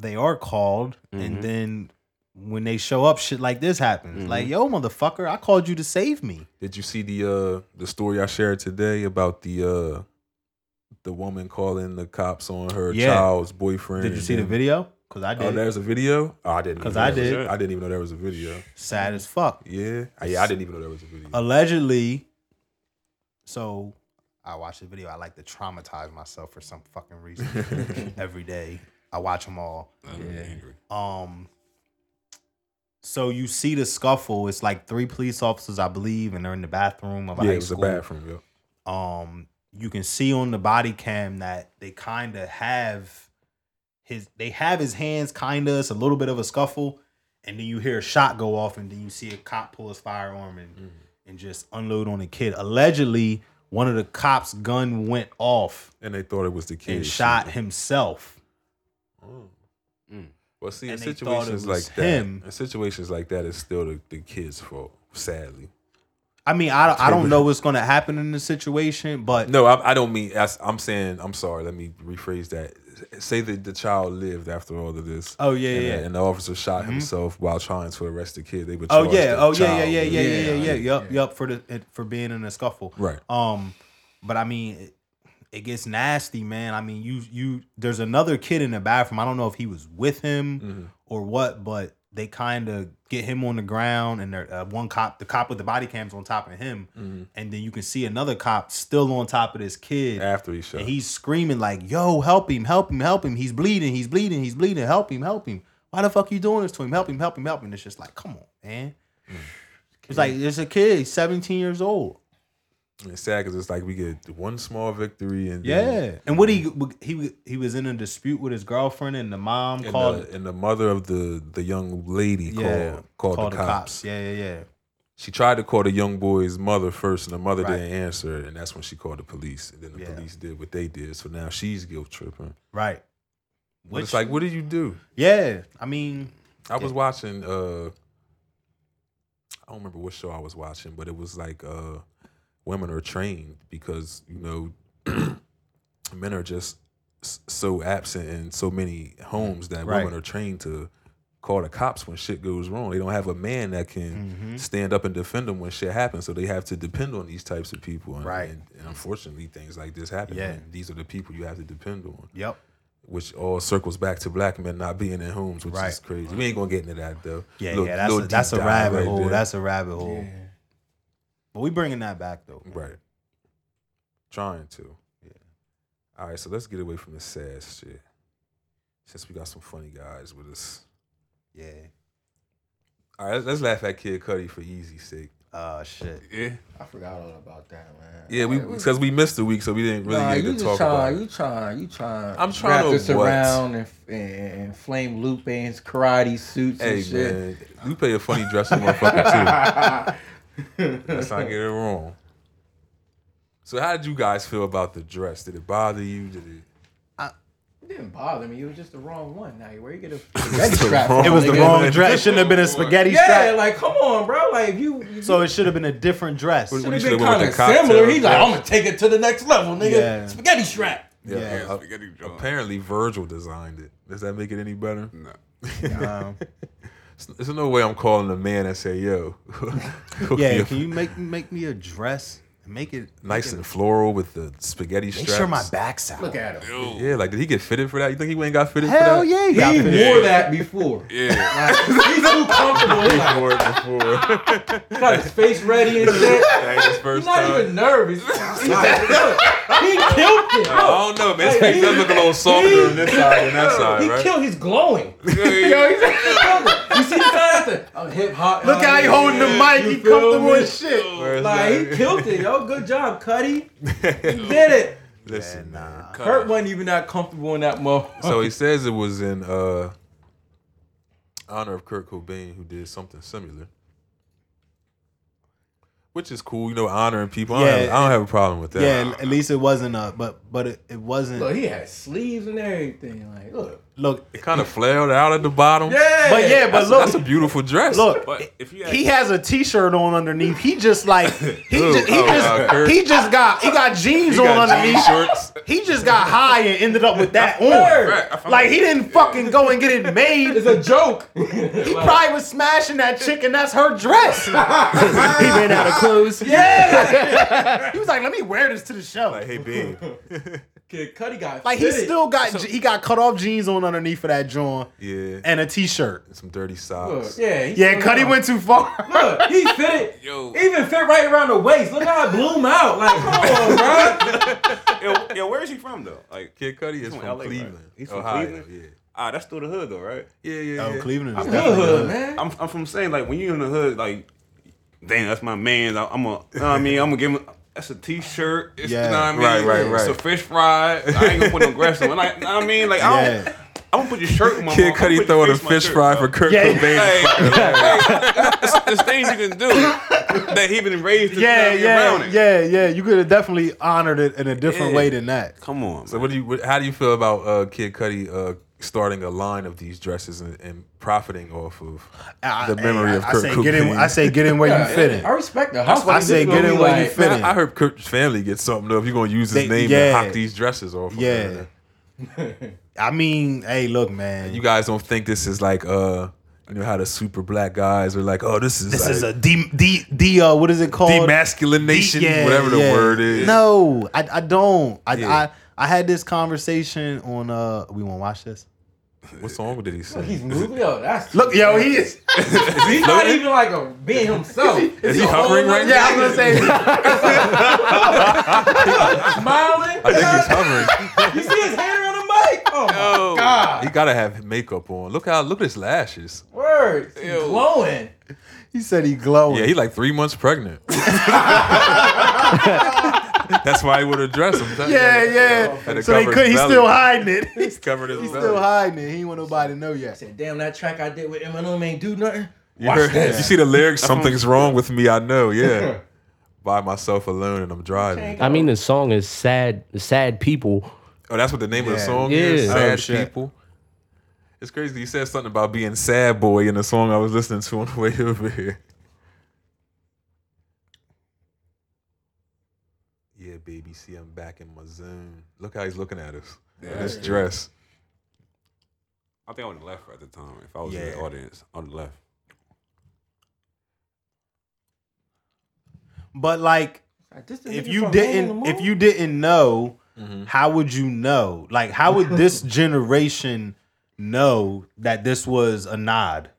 Speaker 2: they are called
Speaker 6: Mm-hmm.
Speaker 2: and then when they show up shit like this happens like
Speaker 6: Mm-hmm.
Speaker 2: yo motherfucker i called you to save me
Speaker 1: Did you see the uh the story I shared today about the uh the woman calling the cops on her
Speaker 2: Yeah.
Speaker 1: child's boyfriend?
Speaker 2: did you
Speaker 1: and
Speaker 2: see the
Speaker 1: then-
Speaker 2: video because i did
Speaker 1: Oh, there's a video. Oh, I didn't.
Speaker 2: 'Cause
Speaker 1: even know
Speaker 2: I
Speaker 1: there was-
Speaker 2: did.
Speaker 1: I didn't even know there was a video.
Speaker 2: sad as fuck
Speaker 1: Yeah, Ah, yeah. I didn't even know there was a video.
Speaker 2: allegedly so i watch the video i like to traumatize myself for some fucking reason every day i watch them all Um. So you see the scuffle. It's like three police officers, I believe, and they're in the bathroom of a
Speaker 1: yeah,
Speaker 2: high
Speaker 1: it was a
Speaker 2: school.
Speaker 1: bathroom. Yo.
Speaker 2: Um, you can see on the body cam that they kind of have his. They have his hands kind of. It's a little bit of a scuffle, and then you hear a shot
Speaker 1: Mm-hmm.
Speaker 2: go off, and then you see a cop pull his firearm and and just unload on the kid. Allegedly, one of the cops' gun went off
Speaker 1: and they thought it was the kid
Speaker 2: and
Speaker 1: shooting.
Speaker 2: shot himself.
Speaker 1: Well, see, in
Speaker 2: and they thought it
Speaker 1: situations like
Speaker 2: was
Speaker 1: that,
Speaker 2: him.
Speaker 1: in situations like that, it's still the, the kid's fault. Sadly,
Speaker 2: I mean, I, I don't know what's going to happen in this situation, but
Speaker 1: no, I, I don't mean. I, am saying, I'm sorry. Let me rephrase that. Say that the child lived after all of this.
Speaker 2: Oh, yeah,
Speaker 1: and,
Speaker 2: yeah. Mm-hmm.
Speaker 1: And the officer shot himself while trying to arrest the kid. They were.
Speaker 2: Oh
Speaker 1: charged
Speaker 2: yeah,
Speaker 1: the
Speaker 2: oh yeah, yeah,
Speaker 1: child
Speaker 2: yeah,
Speaker 1: with-
Speaker 2: yeah, yeah, yeah, yeah. Yup, yup. For the it- for being in a scuffle,
Speaker 1: Right.
Speaker 2: Um, but I mean, it, it gets nasty, man. I mean, you you there's another kid in the bathroom. I don't know if he was with him
Speaker 1: Mm-hmm.
Speaker 2: or what, but they kind of get him on the ground, and they're, uh, one cop, the cop with the body cams on top of him,
Speaker 1: Mm-hmm.
Speaker 2: and then you can see another cop still on top of this kid.
Speaker 1: After he shot.
Speaker 2: And he's screaming like, "Yo, help him! Help him! Help him! He's bleeding! He's bleeding! He's bleeding! Help him! Help him! Why the fuck you doing this to him? Help him! Help him! Help him!" It's just like, come on, man.
Speaker 1: Mm.
Speaker 2: It's like it's a kid, he's seventeen years old.
Speaker 1: And it's sad because it's like we get one small victory and then-
Speaker 2: Yeah, and what he he he was in a dispute with his girlfriend, and the mom
Speaker 1: and,
Speaker 2: called.
Speaker 1: the, and the mother of the the young lady
Speaker 2: yeah,
Speaker 1: called, called the cops.
Speaker 2: Yeah, yeah, yeah.
Speaker 1: She tried to call the young boy's mother first, and the mother
Speaker 2: Right.
Speaker 1: didn't answer, and that's when she called the police. And then the
Speaker 2: Yeah.
Speaker 1: police did what they did, so now she's guilt tripping.
Speaker 2: Right.
Speaker 1: But it's like, what did you do?
Speaker 2: yeah, I mean,
Speaker 1: I was watching. uh I don't remember what show I was watching, but it was like uh women are trained because you know men are just s- so absent in so many homes that
Speaker 2: Right.
Speaker 1: women are trained to call the cops when shit goes wrong. They don't have a man that can
Speaker 2: Mm-hmm.
Speaker 1: stand up and defend them when shit happens, so they have to depend on these types of people. And,
Speaker 2: Right.
Speaker 1: and, and unfortunately, things like this happen.
Speaker 2: Yeah.
Speaker 1: And these are the people you have to depend on
Speaker 2: yep.
Speaker 1: which all circles back to black men not being in homes, which
Speaker 2: Right.
Speaker 1: is crazy. We ain't gonna get into that though.
Speaker 2: Yeah,
Speaker 1: Little-
Speaker 2: yeah. That's
Speaker 1: little
Speaker 2: a, that's
Speaker 1: deep
Speaker 2: a
Speaker 1: dive
Speaker 2: rabbit
Speaker 1: right
Speaker 2: hole.
Speaker 1: there.
Speaker 2: That's a rabbit hole. But we bringing that back though.
Speaker 1: right. Trying to. Yeah. All right, so let's get away from the sad shit. Since we got some funny guys with us.
Speaker 2: Yeah.
Speaker 1: All right, let's, let's laugh at Kid Cudi for easy's sake.
Speaker 2: Oh shit.
Speaker 1: Yeah,
Speaker 5: I forgot all about that, man.
Speaker 1: yeah, we because we missed the week, so we didn't really
Speaker 5: nah,
Speaker 1: get to
Speaker 5: you just
Speaker 1: talk
Speaker 5: trying,
Speaker 1: about.
Speaker 5: you
Speaker 1: it.
Speaker 5: trying, you trying.
Speaker 1: I'm trying
Speaker 5: wrap
Speaker 1: to
Speaker 5: this
Speaker 1: what?
Speaker 5: around and, and, and flame Lupe and his karate suits
Speaker 1: Hey
Speaker 5: and shit.
Speaker 1: man, you pay a funny dress for motherfucker too. Let's not get it wrong. So how did you guys feel about the dress? Did it bother you? Did it?
Speaker 5: It didn't bother me. It was just the wrong one. Now, where you get a
Speaker 1: the
Speaker 5: spaghetti strap?
Speaker 1: wrong-
Speaker 5: from,
Speaker 2: It was the
Speaker 5: nigga?
Speaker 2: wrong dress. It shouldn't have been a spaghetti strap.
Speaker 5: Yeah, like come on, bro. Like if you, you
Speaker 2: So it should have been a different dress.
Speaker 1: What-
Speaker 5: should
Speaker 1: what
Speaker 5: have
Speaker 1: you
Speaker 5: been
Speaker 1: should've went
Speaker 5: kind
Speaker 1: with the
Speaker 5: of
Speaker 1: cocktail
Speaker 5: similar. He's like,
Speaker 1: dress.
Speaker 5: I'm gonna take it to the next level, nigga.
Speaker 2: Yeah.
Speaker 5: Spaghetti strap.
Speaker 1: Yeah.
Speaker 2: Yeah.
Speaker 1: uh,
Speaker 6: Spaghetti Joe.
Speaker 1: apparently, Virgil designed it. Does that make it any better?
Speaker 6: No.
Speaker 2: Um,
Speaker 1: It's- There's no way I'm calling a man and say, "Yo, hook me
Speaker 2: yeah,
Speaker 1: up."
Speaker 2: can you make make me a dress and make it
Speaker 1: nice and floral with the spaghetti
Speaker 2: make
Speaker 1: straps"?
Speaker 2: sure my back's out?
Speaker 5: Look at him.
Speaker 1: Yeah, like did he get fitted for that? You think he ain't got fitted
Speaker 2: Hell
Speaker 1: for that?
Speaker 2: yeah, he
Speaker 5: He
Speaker 2: got
Speaker 5: wore
Speaker 2: fitted.
Speaker 5: that before.
Speaker 6: Yeah.
Speaker 5: Like, he's too comfortable. He's like,
Speaker 1: Wore it before.
Speaker 5: got his face ready and shit.
Speaker 1: That ain't his first
Speaker 5: He's not
Speaker 1: time.
Speaker 5: even nervous. He's like, look, he killed it.
Speaker 1: I don't know, man. His
Speaker 5: Like,
Speaker 1: face does look a little
Speaker 5: he-
Speaker 1: softer on this side than that side,
Speaker 5: He
Speaker 1: right?
Speaker 5: killed. He's glowing.
Speaker 6: yeah.
Speaker 5: He's killed it. You see the guy at the I'm hip hop. oh,
Speaker 2: Look how he holding the mic.
Speaker 5: You
Speaker 2: He
Speaker 5: feel
Speaker 2: comfortable
Speaker 5: me?
Speaker 2: as shit.
Speaker 1: Whereas
Speaker 5: Like
Speaker 1: that-
Speaker 5: he killed it, yo. Good job, Cuddy. You did it.
Speaker 1: Listen, man.
Speaker 5: Kurt wasn't even that comfortable in that moment.
Speaker 1: So Oh, he says it was in uh, honor of Kurt Cobain, who did something similar, which is cool. You know, honoring people. I, don't
Speaker 2: Yeah.
Speaker 1: have, I don't have a problem with that.
Speaker 2: Yeah, at least it wasn't a but but it, it wasn't
Speaker 5: Look,
Speaker 2: look,
Speaker 5: he had sleeves and everything. Like, look.
Speaker 1: it kind of flared out at the bottom.
Speaker 5: Yeah.
Speaker 2: but yeah, but
Speaker 1: that's,
Speaker 2: look
Speaker 1: that's a beautiful dress.
Speaker 2: look
Speaker 6: But if you
Speaker 2: he has a t-shirt on underneath. He just like he
Speaker 1: Ooh,
Speaker 2: just he
Speaker 1: oh, uh,
Speaker 2: just
Speaker 1: Kurt.
Speaker 2: he just got he got jeans
Speaker 1: He
Speaker 2: on
Speaker 1: got jean
Speaker 2: underneath.
Speaker 1: shorts.
Speaker 2: He just got high and ended up with that
Speaker 5: Right,
Speaker 6: I
Speaker 2: on.
Speaker 6: found
Speaker 2: Like
Speaker 6: it.
Speaker 2: he didn't fucking go and get it made.
Speaker 5: It's a joke.
Speaker 2: He probably was smashing that chick, and that's her dress. he ran out of clothes. Yeah, like, he was like, "Let me wear this to the show."
Speaker 1: Like,
Speaker 2: Like,
Speaker 1: hey, Bean.
Speaker 5: Kid Cuddy got
Speaker 2: he
Speaker 5: fitted.
Speaker 2: still got he got cut off jeans on underneath for that joint
Speaker 1: Yeah.
Speaker 2: and a t-shirt.
Speaker 1: Some dirty
Speaker 5: Look,
Speaker 1: socks.
Speaker 5: yeah. he
Speaker 2: Yeah,
Speaker 5: still
Speaker 2: Cuddy
Speaker 5: got-
Speaker 2: went too far.
Speaker 5: Look, he fitted.
Speaker 6: Yo.
Speaker 5: Even fit right around the waist. Look how it bloom out. Like, come on, bro.
Speaker 6: yo, yo, where is he from though? Like,
Speaker 1: Kid Cudi is
Speaker 6: from
Speaker 1: from,
Speaker 6: LA, right?
Speaker 1: Cleveland. Oh,
Speaker 6: He's from
Speaker 1: Ohio,
Speaker 6: Cleveland? ah, that's still the hood though, right?
Speaker 1: Yeah. Yeah, yeah, yeah.
Speaker 2: Cleveland is
Speaker 5: Good hood, man.
Speaker 6: uh, I'm, I'm from saying like when you in the hood, like, damn, that's my man. I, I'm a, you know what I mean, I'm gonna give him. That's a T-shirt. It's,
Speaker 2: Yeah.
Speaker 6: You know what I mean?
Speaker 1: Right, right,
Speaker 6: It's a
Speaker 1: right.
Speaker 6: fish fry. I ain't gonna put no grass on. it. Like, know what I mean, like, I don't.
Speaker 2: Yeah.
Speaker 6: I'm gonna put your shirt on my
Speaker 1: Kid
Speaker 6: mom. I'ma
Speaker 1: Cudi
Speaker 6: put
Speaker 1: throwing
Speaker 6: your
Speaker 1: a
Speaker 6: face in my
Speaker 1: fish
Speaker 6: shirt,
Speaker 1: fry
Speaker 6: bro.
Speaker 1: for Kurt
Speaker 2: Yeah.
Speaker 1: Cobain.
Speaker 6: Hey, hey, it's- it's things you can do that he been raised to
Speaker 2: Yeah,
Speaker 6: be
Speaker 2: yeah,
Speaker 6: around it.
Speaker 2: yeah, yeah. You could have definitely honored it in a different way than that.
Speaker 6: Come on,
Speaker 1: So what do you? What, how do you feel about uh, Kid Cudi uh, starting a line of these dresses and, and profiting off of the memory
Speaker 2: I,
Speaker 1: of
Speaker 2: I
Speaker 1: Kurt
Speaker 2: say get in.
Speaker 1: Cobain?
Speaker 2: I say get in where you fit in.
Speaker 5: I respect the hustle.
Speaker 2: what I
Speaker 5: This
Speaker 2: say,
Speaker 5: is
Speaker 2: get
Speaker 5: gonna
Speaker 2: in
Speaker 5: be
Speaker 2: where you
Speaker 5: like-
Speaker 2: fit.
Speaker 1: Man, I heard Kurt's family get something though. If you're gonna use his
Speaker 2: They-
Speaker 1: name
Speaker 2: yeah.
Speaker 1: to hock these dresses off, of
Speaker 2: Yeah.
Speaker 1: her.
Speaker 2: I mean, hey, look, man.
Speaker 1: you guys don't think this is like uh, you know how the super black guys are like, oh, this is
Speaker 2: this
Speaker 1: like
Speaker 2: is a D D D. Uh, what is it called?
Speaker 1: demasculination,
Speaker 2: Yeah,
Speaker 1: whatever the
Speaker 2: yeah.
Speaker 1: word is.
Speaker 2: No, I, I don't. I,
Speaker 1: Yeah.
Speaker 2: I I had this conversation on. uh We want to watch this.
Speaker 1: What song did he
Speaker 5: He's
Speaker 1: sing?
Speaker 5: moving. Yo, that's
Speaker 2: Look, yo, he is.
Speaker 5: He's not even like a being himself.
Speaker 1: Is he hovering right
Speaker 2: Yeah,
Speaker 1: now?
Speaker 2: I was gonna say.
Speaker 5: Smiling.
Speaker 1: I think he's hovering.
Speaker 5: You see his hand on the mic? Oh my
Speaker 6: Yo.
Speaker 5: god.
Speaker 1: He gotta have makeup on. Look how look at his lashes.
Speaker 5: Words. He's
Speaker 6: Yo.
Speaker 5: glowing.
Speaker 2: He said he glowing.
Speaker 1: Yeah, he like three months pregnant. That's why he would address him.
Speaker 2: yeah, yeah.
Speaker 1: Had to
Speaker 2: So they
Speaker 1: cover
Speaker 2: could.
Speaker 1: his
Speaker 2: He's
Speaker 1: belly.
Speaker 2: still hiding it. He's,
Speaker 1: covered his belly.
Speaker 2: still hiding it. He ain't want nobody to know yet.
Speaker 5: Said, damn, that track I did with Eminem ain't do nothing.
Speaker 1: You, heard- you see the lyrics? Something's wrong with me. I know. Yeah. By myself alone and I'm driving.
Speaker 3: I mean, the song is sad. Sad people.
Speaker 1: Oh, that's what the name of the
Speaker 2: Yeah.
Speaker 1: song is.
Speaker 3: Yeah.
Speaker 1: Sad
Speaker 2: Oh, shit.
Speaker 1: people. It's crazy. He said something about being sad boy in the song I was listening to on the way over here. Yeah, baby. See, I'm back in my zone. Look how he's looking at us. with this dress.
Speaker 6: I think I would have left at the time if I was in the
Speaker 2: Yeah.
Speaker 6: audience. I would have left.
Speaker 2: But like,
Speaker 5: Like, this the
Speaker 2: if
Speaker 5: nigga
Speaker 2: you
Speaker 5: from Man in the
Speaker 2: didn't,
Speaker 5: Moon?
Speaker 2: if you didn't know,
Speaker 1: Mm-hmm.
Speaker 2: how would you know? Like, how would this generation know that this was a nod?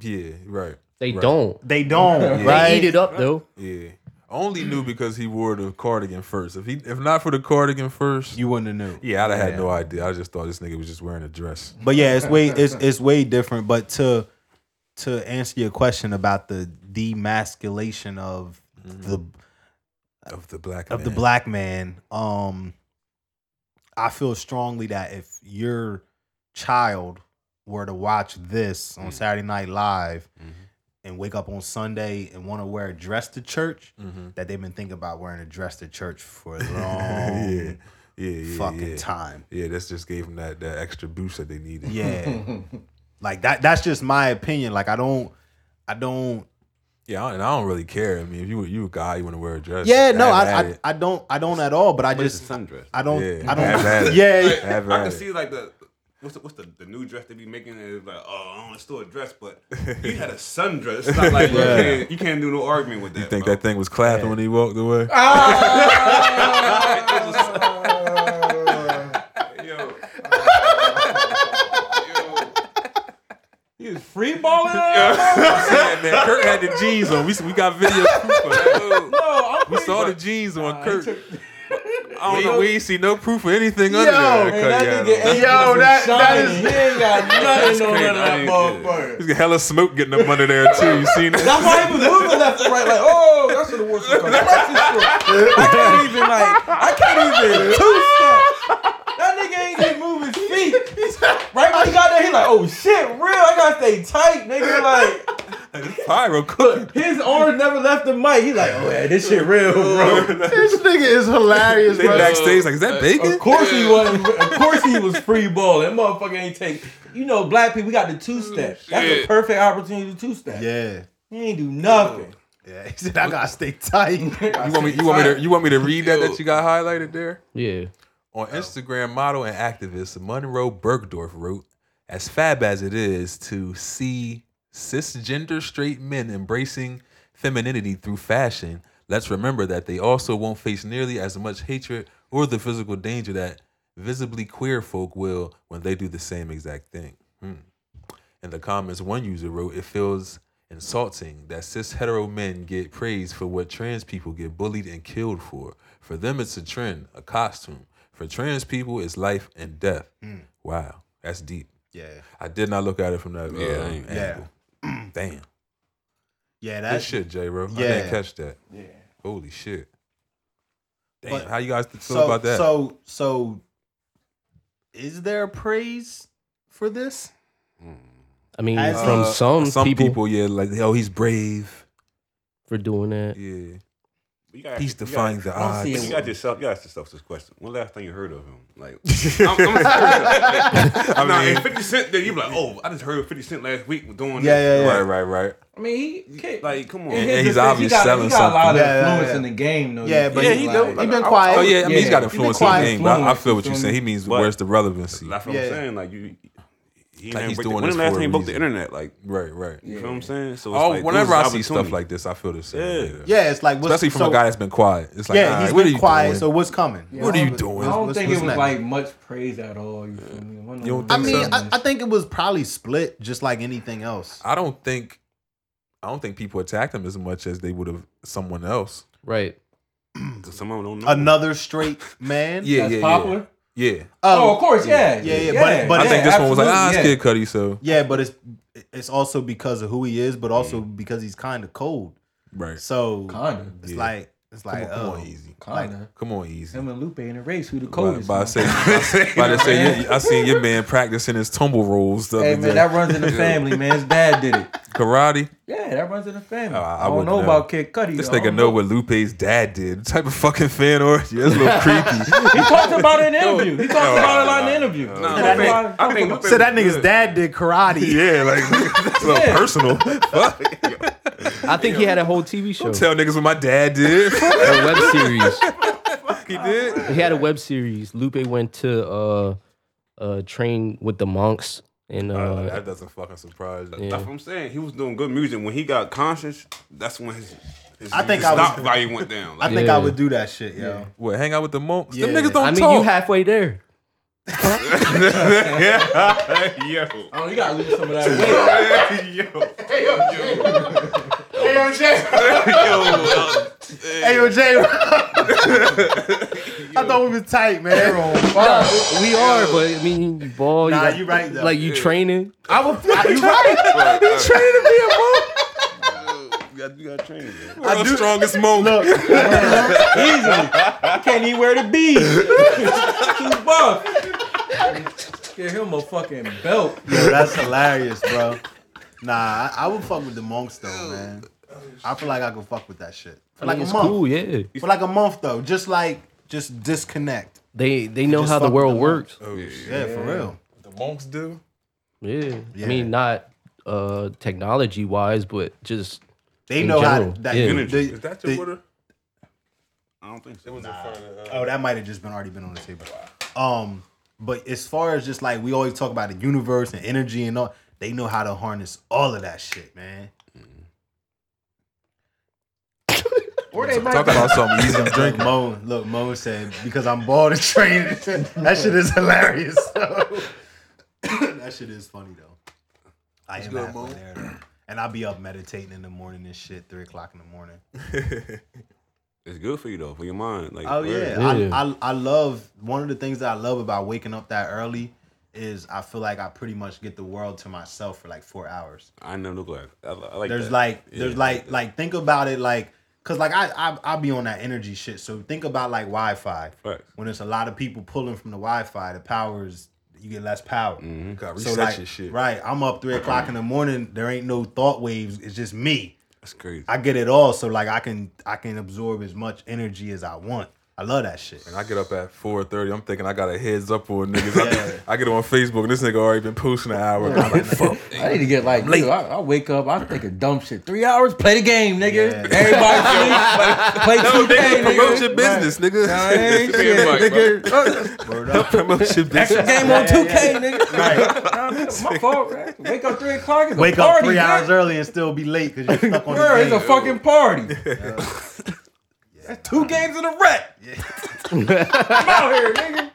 Speaker 1: Yeah, right.
Speaker 3: They
Speaker 1: Right.
Speaker 3: don't.
Speaker 2: They don't, right?
Speaker 3: They eat it up though.
Speaker 1: Yeah. Only knew because he wore the cardigan first. If he, if not for the cardigan first,
Speaker 2: You wouldn't have knew.
Speaker 1: Yeah, I'd have had no idea. I just thought this nigga was just wearing a dress.
Speaker 2: But yeah, it's way it's it's way different. But to to answer your question about the demasculation of
Speaker 1: Mm-hmm.
Speaker 2: the
Speaker 1: Of the black
Speaker 2: of the
Speaker 1: man.
Speaker 2: black man, um, I feel strongly that if your child were to watch this
Speaker 1: Mm.
Speaker 2: on Saturday Night Live
Speaker 1: Mm-hmm.
Speaker 2: and wake up on Sunday and want to wear a dress to church,
Speaker 1: Mm-hmm.
Speaker 2: that they've been thinking about wearing a dress to church for a long
Speaker 1: Yeah. Yeah, yeah,
Speaker 2: fucking
Speaker 1: yeah.
Speaker 2: time.
Speaker 1: Yeah, this just gave him that, that extra boost that they needed.
Speaker 2: Yeah. like that that's just my opinion. Like I don't I don't
Speaker 1: yeah, I- and I don't really care. I mean, if you you a guy, you want to wear a dress.
Speaker 2: Yeah, no,
Speaker 1: have
Speaker 2: I,
Speaker 1: at
Speaker 2: I
Speaker 1: it.
Speaker 2: I don't I don't at all, but I
Speaker 6: But it's
Speaker 2: just
Speaker 6: a sundress.
Speaker 2: I don't
Speaker 1: Yeah,
Speaker 2: I
Speaker 1: have at
Speaker 2: don't
Speaker 1: it.
Speaker 2: Yeah.
Speaker 1: Have
Speaker 6: I
Speaker 1: at it.
Speaker 6: can see like the what's the, what's the, the new dress they be making and it's like oh I want still a dress but you had a sundress. It's not like you, can't, you can't do no argument with that.
Speaker 1: You think
Speaker 6: bro.
Speaker 1: that thing was clapping when he walked away?
Speaker 5: Ah.
Speaker 6: Yo,
Speaker 5: He was free balling. out of my-
Speaker 1: yeah, man. Kurt had the jeans on. We we got video proof of that.
Speaker 5: No, I'm
Speaker 1: We saw the jeans on Kurt. I don't know. We ain't see no proof of anything under there.
Speaker 5: Man, that
Speaker 1: Kurt,
Speaker 5: nigga
Speaker 1: yeah,
Speaker 5: ain't
Speaker 2: Yo, that- that is-
Speaker 5: shining. He ain't got nothing on
Speaker 6: crazy.
Speaker 5: none of
Speaker 6: I
Speaker 5: that
Speaker 6: ain't-
Speaker 5: motherfucker.
Speaker 1: There's hella smoke getting up under there too. You seen that?
Speaker 5: That's why he was moving left and right, like, oh, that's what the worst comes. I can't even like, I can't even two steps. That nigga ain't even move his feet. Right when he got there, he like, oh shit, real. I gotta stay tight, nigga. Like
Speaker 1: Pyro cooking.
Speaker 5: his arms never left the mic. He like, oh yeah, this shit real, bro.
Speaker 2: This nigga is hilarious,
Speaker 1: They backstage like, is that bacon?
Speaker 5: Of course he wasn't. Of course he was free balling. That motherfucker ain't take. You know, black people, we got the two step. That's a
Speaker 6: Shit.
Speaker 5: perfect opportunity to two step.
Speaker 2: Yeah.
Speaker 5: He ain't do nothing.
Speaker 2: Yeah. He said I gotta stay tight.
Speaker 1: You want me? You want me to? You want me to read that that you got highlighted there
Speaker 3: Yeah.
Speaker 1: on Instagram? Model and activist Monroe Bergdorf wrote, "As fab as it is to see cisgender straight men embracing femininity through fashion, let's remember that they also won't face nearly as much hatred or the physical danger that visibly queer folk will when they do the same exact thing." Hmm. In the comments, one user wrote, "It feels insulting that cis hetero men get praised for what trans people get bullied and killed for. For them, it's a trend, a costume. For trans people, it's life and death. Wow, that's deep.
Speaker 2: Yeah.
Speaker 1: I did not look at it from that yeah,
Speaker 6: Yeah, I
Speaker 1: uh,
Speaker 6: ain't-
Speaker 1: angle. Damn,
Speaker 2: Yeah,
Speaker 1: good
Speaker 2: that
Speaker 1: shit, J. Ro. I
Speaker 2: yeah.
Speaker 1: didn't catch that.
Speaker 5: Yeah.
Speaker 1: Holy shit. Damn,
Speaker 2: But-
Speaker 1: how you guys feel
Speaker 2: so,
Speaker 1: about that?
Speaker 2: So so is there praise for this?
Speaker 3: I mean,
Speaker 2: As
Speaker 3: from
Speaker 1: Uh,
Speaker 3: some,
Speaker 1: some
Speaker 3: people,
Speaker 1: people, yeah, like oh, he's brave.
Speaker 3: for doing that.
Speaker 1: Yeah,
Speaker 6: You gotta-
Speaker 1: he's
Speaker 6: you gotta-
Speaker 1: defying the
Speaker 5: I don't see
Speaker 1: odds.
Speaker 6: You got yourself. You asked yourself this question. When last time you heard of him? Like, I'm, I'm serious. I mean, Fifty Cent. Then you be like, oh, I just heard Fifty Cent last week was doing.
Speaker 2: Yeah, yeah,
Speaker 6: this.
Speaker 2: yeah.
Speaker 1: Right, right, right.
Speaker 5: I mean, he kick.
Speaker 6: Like, come on.
Speaker 5: in
Speaker 1: And-
Speaker 5: his
Speaker 1: and he's
Speaker 5: defense,
Speaker 1: obviously
Speaker 5: he got,
Speaker 1: selling
Speaker 5: he got a lot
Speaker 1: something.
Speaker 2: Yeah,
Speaker 5: of
Speaker 2: yeah,
Speaker 5: influence
Speaker 2: yeah.
Speaker 5: in the game, though.
Speaker 2: Oh, Yeah, but
Speaker 1: Yeah,
Speaker 5: he's
Speaker 1: he
Speaker 5: like-
Speaker 1: do.
Speaker 2: he been
Speaker 1: I-
Speaker 2: quiet.
Speaker 1: Oh yeah, I mean, he's got
Speaker 5: Yeah.
Speaker 1: influence
Speaker 5: He been
Speaker 1: in the
Speaker 5: quiet.
Speaker 1: game, but I, I feel what
Speaker 5: Influence,
Speaker 1: you're
Speaker 5: you
Speaker 1: saying. He
Speaker 5: feel
Speaker 1: means
Speaker 6: But-
Speaker 1: where's the relevancy?
Speaker 6: That's what
Speaker 2: Yeah.
Speaker 6: I'm saying. Like you, he
Speaker 1: Like,
Speaker 6: like
Speaker 1: he's
Speaker 6: he's
Speaker 1: doing
Speaker 6: When
Speaker 1: this
Speaker 6: the last
Speaker 1: for a
Speaker 6: time he broke the
Speaker 1: reason.
Speaker 6: internet? Like,
Speaker 1: Right, right.
Speaker 6: you feel what I'm saying? So, it's
Speaker 1: Oh,
Speaker 6: like,
Speaker 1: whenever
Speaker 6: those
Speaker 1: I
Speaker 6: are
Speaker 1: see stuff
Speaker 6: opportunities.
Speaker 1: like this, I feel the same.
Speaker 6: Yeah.
Speaker 1: way.
Speaker 2: Yeah, it's like what's,
Speaker 1: especially from
Speaker 2: so-
Speaker 1: a guy that's been quiet. It's like,
Speaker 2: Yeah,
Speaker 1: all
Speaker 2: he's
Speaker 1: right, what are
Speaker 2: been
Speaker 1: you
Speaker 2: quiet.
Speaker 1: doing?
Speaker 2: So what's coming?
Speaker 1: What are you
Speaker 5: I
Speaker 1: doing?
Speaker 5: don't
Speaker 1: What's-
Speaker 5: think
Speaker 2: what's
Speaker 5: it was
Speaker 2: next?
Speaker 5: like much praise at all. You feel me? One of
Speaker 1: You don't
Speaker 5: them-
Speaker 2: I
Speaker 1: think
Speaker 2: mean,
Speaker 1: so?
Speaker 2: I, I think it was probably split, just like anything else.
Speaker 1: I don't think, I don't think people attacked him as much as they would have someone else.
Speaker 3: Right.
Speaker 6: 'Cause some of them don't know.
Speaker 2: Another straight man.
Speaker 1: Yeah,
Speaker 5: That's
Speaker 1: yeah,
Speaker 5: popular.
Speaker 1: yeah, yeah.
Speaker 5: Oh, of course, yeah,
Speaker 2: yeah, yeah, but- but
Speaker 1: I think this one was like, ah, it's
Speaker 5: absolutely,
Speaker 1: Kid Cudi, so
Speaker 2: Yeah, but it's it's also because of who he is, but also because he's kind of cold.
Speaker 1: right.
Speaker 2: So
Speaker 5: yeah. Kinda,
Speaker 2: it's
Speaker 1: Yeah.
Speaker 2: like it's like
Speaker 1: come on,
Speaker 2: oh,
Speaker 1: easy.
Speaker 5: kinda.
Speaker 1: Come on, easy.
Speaker 5: Him and Lupe in a race, who the
Speaker 1: By,
Speaker 5: coldest?
Speaker 1: by
Speaker 5: man.
Speaker 1: say, by to say, you- I seen your man practicing his tumble rolls the other
Speaker 5: Hey man,
Speaker 1: day.
Speaker 5: that runs in the family, man. His dad did it.
Speaker 1: Karate.
Speaker 5: Yeah, that runs in the family.
Speaker 1: I- I
Speaker 5: I, don't
Speaker 1: wouldn't
Speaker 5: know
Speaker 1: know.
Speaker 5: about Kid Cudi.
Speaker 1: This
Speaker 5: though. I
Speaker 1: nigga
Speaker 5: don't
Speaker 1: know what Lupe's dad did. Type of fucking fan or yeah, it's a little creepy.
Speaker 5: He talked about it in the interview. He talked about it a lot in the interview. He
Speaker 6: Nah,
Speaker 5: talked
Speaker 6: I think-
Speaker 5: about it-
Speaker 6: I think Lupe
Speaker 2: so that
Speaker 6: was
Speaker 2: nigga's
Speaker 6: good.
Speaker 2: dad did karate.
Speaker 1: yeah, like it's a little
Speaker 5: Yeah.
Speaker 1: personal. Fuck.
Speaker 3: I think he had a whole TV show,
Speaker 1: Tell niggas what my dad did.
Speaker 3: a web series.
Speaker 1: he did.
Speaker 3: He had a web series. Lupe went to uh, uh, train with the monks, and uh,
Speaker 1: that doesn't fucking surprise me.
Speaker 3: yeah.
Speaker 6: That's what I'm saying. He was doing good music when he got conscious. That's when his, his
Speaker 2: I think
Speaker 6: his
Speaker 2: I was-
Speaker 6: stock value went down.
Speaker 2: I
Speaker 6: Like,
Speaker 2: think
Speaker 3: Yeah.
Speaker 2: I would do that shit, yo.
Speaker 1: What? Hang out with the monks? Them
Speaker 2: Yeah.
Speaker 1: niggas don't
Speaker 3: I mean,
Speaker 1: talk.
Speaker 3: you halfway there.
Speaker 6: yo,
Speaker 5: Oh, you gotta lose some of that weight.
Speaker 6: yo,
Speaker 2: Hey, yo, Jay. I thought we was tight, man.
Speaker 3: We are, but I mean, you ball.
Speaker 2: Nah,
Speaker 3: you, got-
Speaker 2: you right, though.
Speaker 3: Like you training.
Speaker 2: I would. You right?
Speaker 6: uh,
Speaker 2: He training to be a monk.
Speaker 6: you got, you got training. man.
Speaker 1: I the strongest monk.
Speaker 5: I can't even wear the beads. Too buff. Give him a fucking belt.
Speaker 2: Yo, that's hilarious, bro. Nah, I, I would fuck with the monks though, man. I feel like I could fuck with that shit for
Speaker 3: Like
Speaker 2: like
Speaker 3: it's
Speaker 2: a month.
Speaker 3: cool, yeah.
Speaker 2: For like a month though, just like just disconnect.
Speaker 3: They they know
Speaker 2: just
Speaker 3: how the
Speaker 2: fuck with
Speaker 3: world
Speaker 2: the
Speaker 3: works.
Speaker 1: oh, shit.
Speaker 2: Yeah, for real.
Speaker 1: The monks do?
Speaker 3: Yeah.
Speaker 2: Yeah.
Speaker 3: I mean, not uh technology wise, but just
Speaker 2: They
Speaker 3: In
Speaker 2: know how
Speaker 3: general,
Speaker 2: to, that.
Speaker 3: yeah.
Speaker 2: they-
Speaker 6: Energy.
Speaker 1: Is that your
Speaker 2: they-
Speaker 1: water?
Speaker 6: I don't think so.
Speaker 2: Oh, that might have just been already been on the table. Um, but as far as just like we always talk about the universe and energy and all, they know how to harness all of that shit, man.
Speaker 5: Or they might
Speaker 1: Talk about something easy to
Speaker 2: Look,
Speaker 1: drink.
Speaker 2: Mo, look, Mo said because I'm bald and trained. that shit is hilarious. though. that shit is funny though. I am
Speaker 1: good,
Speaker 2: halfway
Speaker 1: Mo.
Speaker 2: there though, and I'll be up meditating in the morning and shit, three o'clock in the morning.
Speaker 6: It's good for you though, for your mind. Like,
Speaker 2: Oh
Speaker 6: word.
Speaker 2: yeah, I, I I love one of the things that I love about waking up that early is I feel like I pretty much get the world to myself for like four hours.
Speaker 6: I never look like. I, I like
Speaker 2: There's
Speaker 6: that.
Speaker 2: like
Speaker 6: Yeah,
Speaker 2: there's
Speaker 6: I
Speaker 2: like
Speaker 6: that.
Speaker 2: like think about it like cause like I I I be on that energy shit. So think about like Wi-Fi
Speaker 6: Facts.
Speaker 2: when there's a lot of people pulling from the Wi-Fi, the power is you get less power.
Speaker 1: God,
Speaker 2: So
Speaker 1: reset
Speaker 2: like
Speaker 1: your shit.
Speaker 2: right, I'm up three o'clock in the morning. There ain't no thought waves. It's just me.
Speaker 6: That's crazy.
Speaker 2: I get it all. So like I can I can absorb as much energy as I want. I love that shit.
Speaker 1: I get up at 4.30. I'm thinking I got a heads up on niggas. I, I get on Facebook and this nigga already been posting an hour. I'm like, fuck.
Speaker 5: I need to get like, dude, I, I wake up, I think a dumb shit. Three hours, play the game, nigga.
Speaker 2: Yeah.
Speaker 5: Everybody sleep, play, play 2K,
Speaker 1: Nigga, promote
Speaker 5: nigga.
Speaker 1: your business, nigga.
Speaker 5: Right. Shit, nigga.
Speaker 2: Word up.
Speaker 1: promote your business.
Speaker 5: Game on 2K, nigga. My fault, right? Wake up three o'clock. It's
Speaker 2: Wake
Speaker 5: a party,
Speaker 2: up three
Speaker 5: man.
Speaker 2: hours early and still be late because you're stuck on the
Speaker 5: Bro, it's a
Speaker 2: game.
Speaker 5: fucking party. That's two games in a rep. I'm out here, nigga.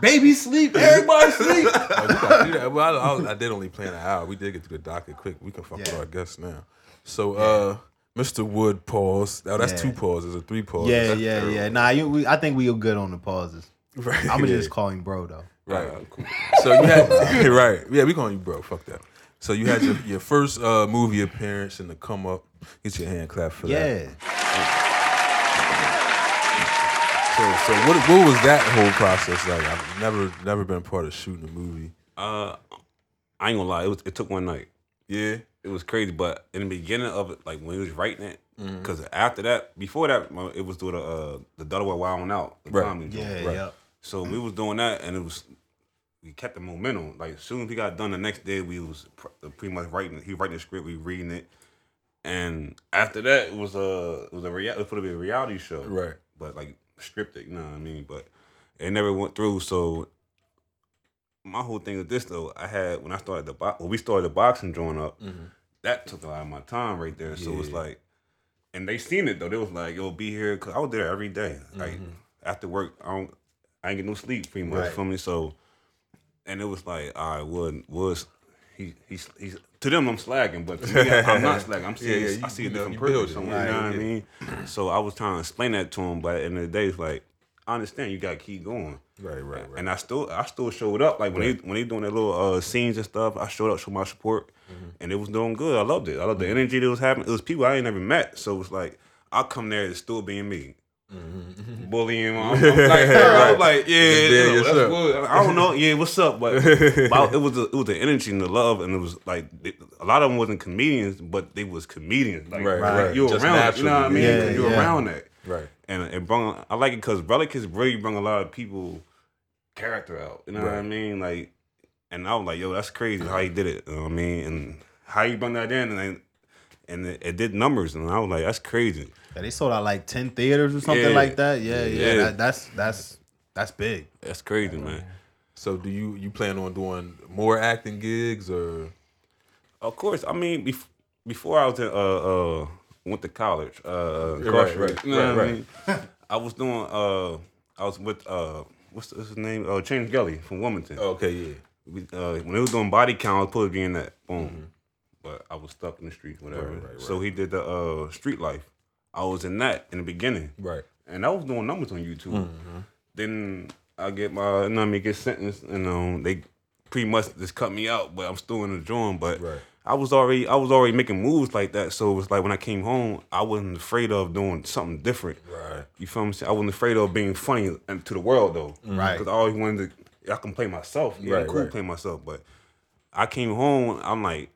Speaker 5: Baby sleep, everybody sleep.
Speaker 1: Oh, we gotta do that. Well, I, I, I did only plan an hour. We did get through the docket quick. We can fuck with
Speaker 2: Yeah.
Speaker 1: our guests now. So, uh, Mr. Wood, pause. Oh, that's
Speaker 2: Yeah.
Speaker 1: two pauses or three pauses.
Speaker 2: Yeah, yeah, yeah. Nah, you, we, I think we're good on the pauses.
Speaker 1: Right.
Speaker 2: I'm gonna just call him bro though.
Speaker 1: Right.
Speaker 6: Uh, cool.
Speaker 1: So you had right. Yeah, we calling you bro. Fuck that. So you had your, your first uh, movie appearance in the come up. Get your hand clap for that.
Speaker 2: Yeah.
Speaker 1: So, so what what was that whole process like? I've never never been part of shooting a movie.
Speaker 6: Uh, I ain't gonna lie, it, was, it took one night.
Speaker 1: Yeah.
Speaker 6: It was crazy, but in the beginning of it, like when he was writing it,
Speaker 2: Mm-hmm.
Speaker 6: because after that, before that, well, it was through the uh, the Delaware Wild and Out, the
Speaker 1: Right.
Speaker 6: comedy joint.
Speaker 2: Yeah,
Speaker 1: Right.
Speaker 2: yep.
Speaker 6: So we was doing that, and it was we kept the momentum. Like as soon as we got done, the next day we was pr- pretty much writing. He writing the script, we reading it, and after that it was a it was a rea- it was supposed to be a reality show,
Speaker 1: Right.
Speaker 6: But like scripted, you know what I mean. But it never went through. So my whole thing with this though, I had when I started the bo- when we started the boxing joint up,
Speaker 1: Mm-hmm.
Speaker 6: that took a lot of my time right there. So it's like, and they seen it though. They was like, "Yo, be here," cause I was there every day. Like
Speaker 1: Mm-hmm.
Speaker 6: after work, I don't, I ain't get no sleep pretty much.
Speaker 2: Right.
Speaker 6: For me, so, and it was like, all right, Wood was he he's he's to them I'm slacking, but to me, I- I'm not slacking. I'm
Speaker 1: Yeah,
Speaker 6: seeing
Speaker 1: yeah, you-
Speaker 6: I see
Speaker 1: you
Speaker 6: a
Speaker 1: know,
Speaker 6: different
Speaker 1: you build
Speaker 6: purpose
Speaker 1: it.
Speaker 6: somewhere.
Speaker 1: Right,
Speaker 6: You know what I mean? So I was trying to explain that to him, but at the end of the day, it's like I understand you got to keep going.
Speaker 1: Right, right, right.
Speaker 6: And I still I still showed up like when they when they doing their little uh, scenes and stuff. I showed up, showed my support,
Speaker 1: Mm-hmm.
Speaker 6: and it was doing good. I loved it. I loved the energy that was happening. It was people I ain't never met, so it was like I come there to still being me,
Speaker 1: Mm-hmm.
Speaker 6: bullying. I'm, I'm like, I was
Speaker 1: Just
Speaker 6: like, yeah,
Speaker 1: being
Speaker 6: yeah, that's
Speaker 1: yourself.
Speaker 6: what- I don't know, yeah, what's up? But, but I- it was the, it was the energy and the love, and it was like it- a lot of them wasn't comedians, but they was comedians. Like,
Speaker 1: Right,
Speaker 6: like,
Speaker 1: right.
Speaker 6: you
Speaker 1: Just
Speaker 6: around, it, you know what I mean?
Speaker 1: naturally.
Speaker 2: Yeah,
Speaker 6: you
Speaker 2: yeah.
Speaker 6: around that,
Speaker 1: Right.
Speaker 6: and it brought, I like it because Relicus really brought a lot of people character out. You know what I
Speaker 1: Right.
Speaker 6: mean? Like, and I was like, yo, that's crazy how he did it. You know what I mean? And how he brought that in, and then- and it, it did numbers, and I was like, that's crazy.
Speaker 2: Yeah, they sold out like ten theaters or something
Speaker 6: Yeah.
Speaker 2: like that. Yeah, yeah.
Speaker 6: Yeah.
Speaker 2: That, that's that's that's big.
Speaker 6: That's crazy, man.
Speaker 1: So do you you plan on doing more acting gigs or
Speaker 6: Of course, I mean, bef- before I was in, uh, uh, went to college, uh,
Speaker 1: right,
Speaker 6: incarcerated,
Speaker 1: right,
Speaker 6: you know what I
Speaker 1: right,
Speaker 6: mean? I was doing, uh, I was with, uh, what's his name? Uh, James Gully from Wilmington.
Speaker 1: Oh, Okay, yeah.
Speaker 6: we, uh, when it was doing body count, I was supposed to be in that. Boom. But I was stuck in the streets, whatever.
Speaker 1: Mm-hmm. Right, right,
Speaker 6: So he did the uh, street life. I was in that in the beginning.
Speaker 1: Right.
Speaker 6: And I was doing numbers on YouTube. Then I get my, you know what I mean, get sentenced, and um, they pretty much just cut me out, but I'm still in the drawing. But
Speaker 1: Right.
Speaker 6: I was already, I was already making moves like that. So it was like when I came home, I wasn't afraid of doing something different.
Speaker 1: Right.
Speaker 6: You feel me? I wasn't afraid of being funny and to the world though,
Speaker 2: Right.
Speaker 6: Because I always wanted to. I can play myself. Yeah,
Speaker 1: Mm-hmm. Right,
Speaker 6: cool,
Speaker 1: right.
Speaker 6: play myself. But I came home. I'm like,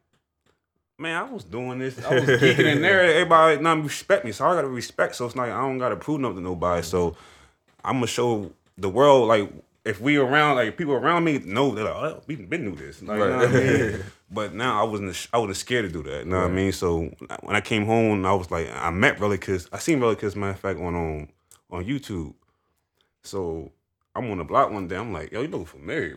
Speaker 6: man, I was doing this. I was geeking in there. Everybody not respect me, so I gotta respect. So it's like I don't gotta prove nothing to nobody. So I'm gonna show the world like if we around like people around me know that like, oh, we've been through this. Like, you know what I mean? but now I wasn't. I was scared to do that. You know what I mean? So when I came home, I was like, I met Relicus. I seen Relicus, matter of fact, on on on YouTube. So. I'm on the block one day. I'm like, yo, you look familiar,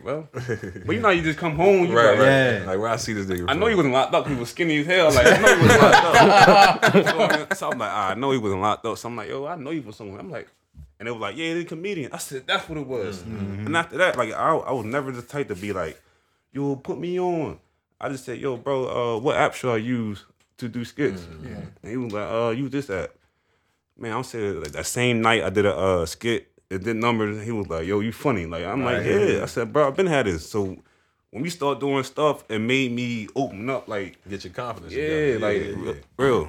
Speaker 6: bro. But you know, how you just come home. You
Speaker 1: Right,
Speaker 6: like,
Speaker 1: right.
Speaker 2: Yeah.
Speaker 1: Like where I see this nigga.
Speaker 6: I know
Speaker 1: from.
Speaker 6: he wasn't locked up. He was skinny as hell. Like I know he wasn't locked up. so, I'm- so I'm like, "Ah, I know he wasn't locked up. So I'm like, yo, I know you was somewhere. I'm like, and they was like, yeah, the comedian. I said, that's what it was. And after that, like, I, I was never the type to be like, yo, put me on. I just said, yo, bro, uh, what app should I use to do skits? And he was like, uh, use this app. Man, I'm saying like that same night I did a uh, skit. It did numbers. And he was like, yo, you funny. Like I'm like, yeah. I said, bro, I've been had this. So when we start doing stuff, it made me open up. Like
Speaker 1: Get your confidence.
Speaker 6: yeah,
Speaker 1: together.
Speaker 6: like
Speaker 1: yeah, yeah.
Speaker 6: re- real.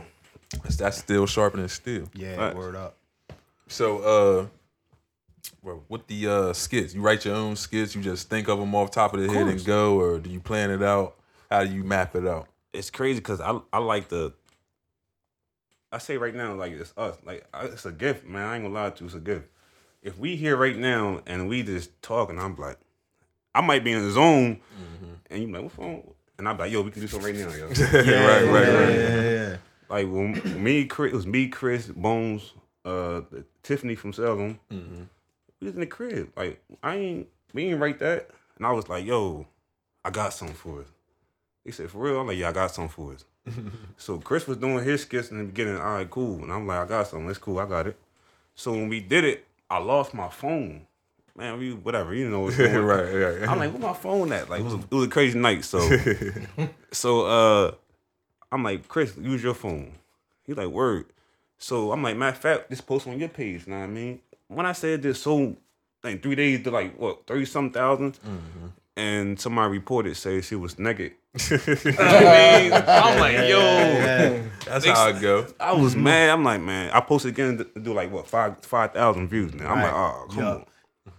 Speaker 1: That's- That's still sharpening steel.
Speaker 2: Yeah,
Speaker 6: Facts.
Speaker 2: word up.
Speaker 1: So, uh, well, with the uh, skits, you write your own skits. You just think of them off top of the head and go, or do you plan it out? How do you map it out?
Speaker 6: It's crazy because I I like the. I say right now, like it's us. Like I, it's a gift, man. I ain't gonna lie to you, it's a gift. If we here right now and we just talking, I'm like, I might be in the zone, and you like, what phone? And I'm like, yo, we can do something right now, yo.
Speaker 1: Mm-hmm. Yeah, right, right,
Speaker 2: Yeah,
Speaker 1: right.
Speaker 2: yeah, yeah.
Speaker 6: like when me, Chris, it was me, Chris, Bones, uh, Tiffany from Seldom.
Speaker 1: Mm-hmm.
Speaker 6: We was in the crib. Like I ain't, we ain't write that. And I was like, yo, I got something for us. He said, for real? I'm like, yeah, I got something for us. so Chris was doing his skits in the beginning. All right, cool. And I'm like, I got something. It's cool. I got it. So when we did it, I lost my phone. Man, we whatever. You know what's going on.
Speaker 1: right, right.
Speaker 6: I'm like, where my phone at? Like, it was, it was a crazy night. So, so uh, I'm like, Chris, use your phone. He like, word. So I'm like, matter of fact, this post on your page. Know what I mean? When I said this, so like three days to like what thirty some 1000 and somebody reported say she was naked. You know what I mean? I'm like, yo,
Speaker 1: That's how I go.
Speaker 6: I was mad. I'm like, man, I posted again to do like what five five thousand views now. I'm like,
Speaker 2: Right.
Speaker 6: oh, come
Speaker 2: Yeah.
Speaker 6: on.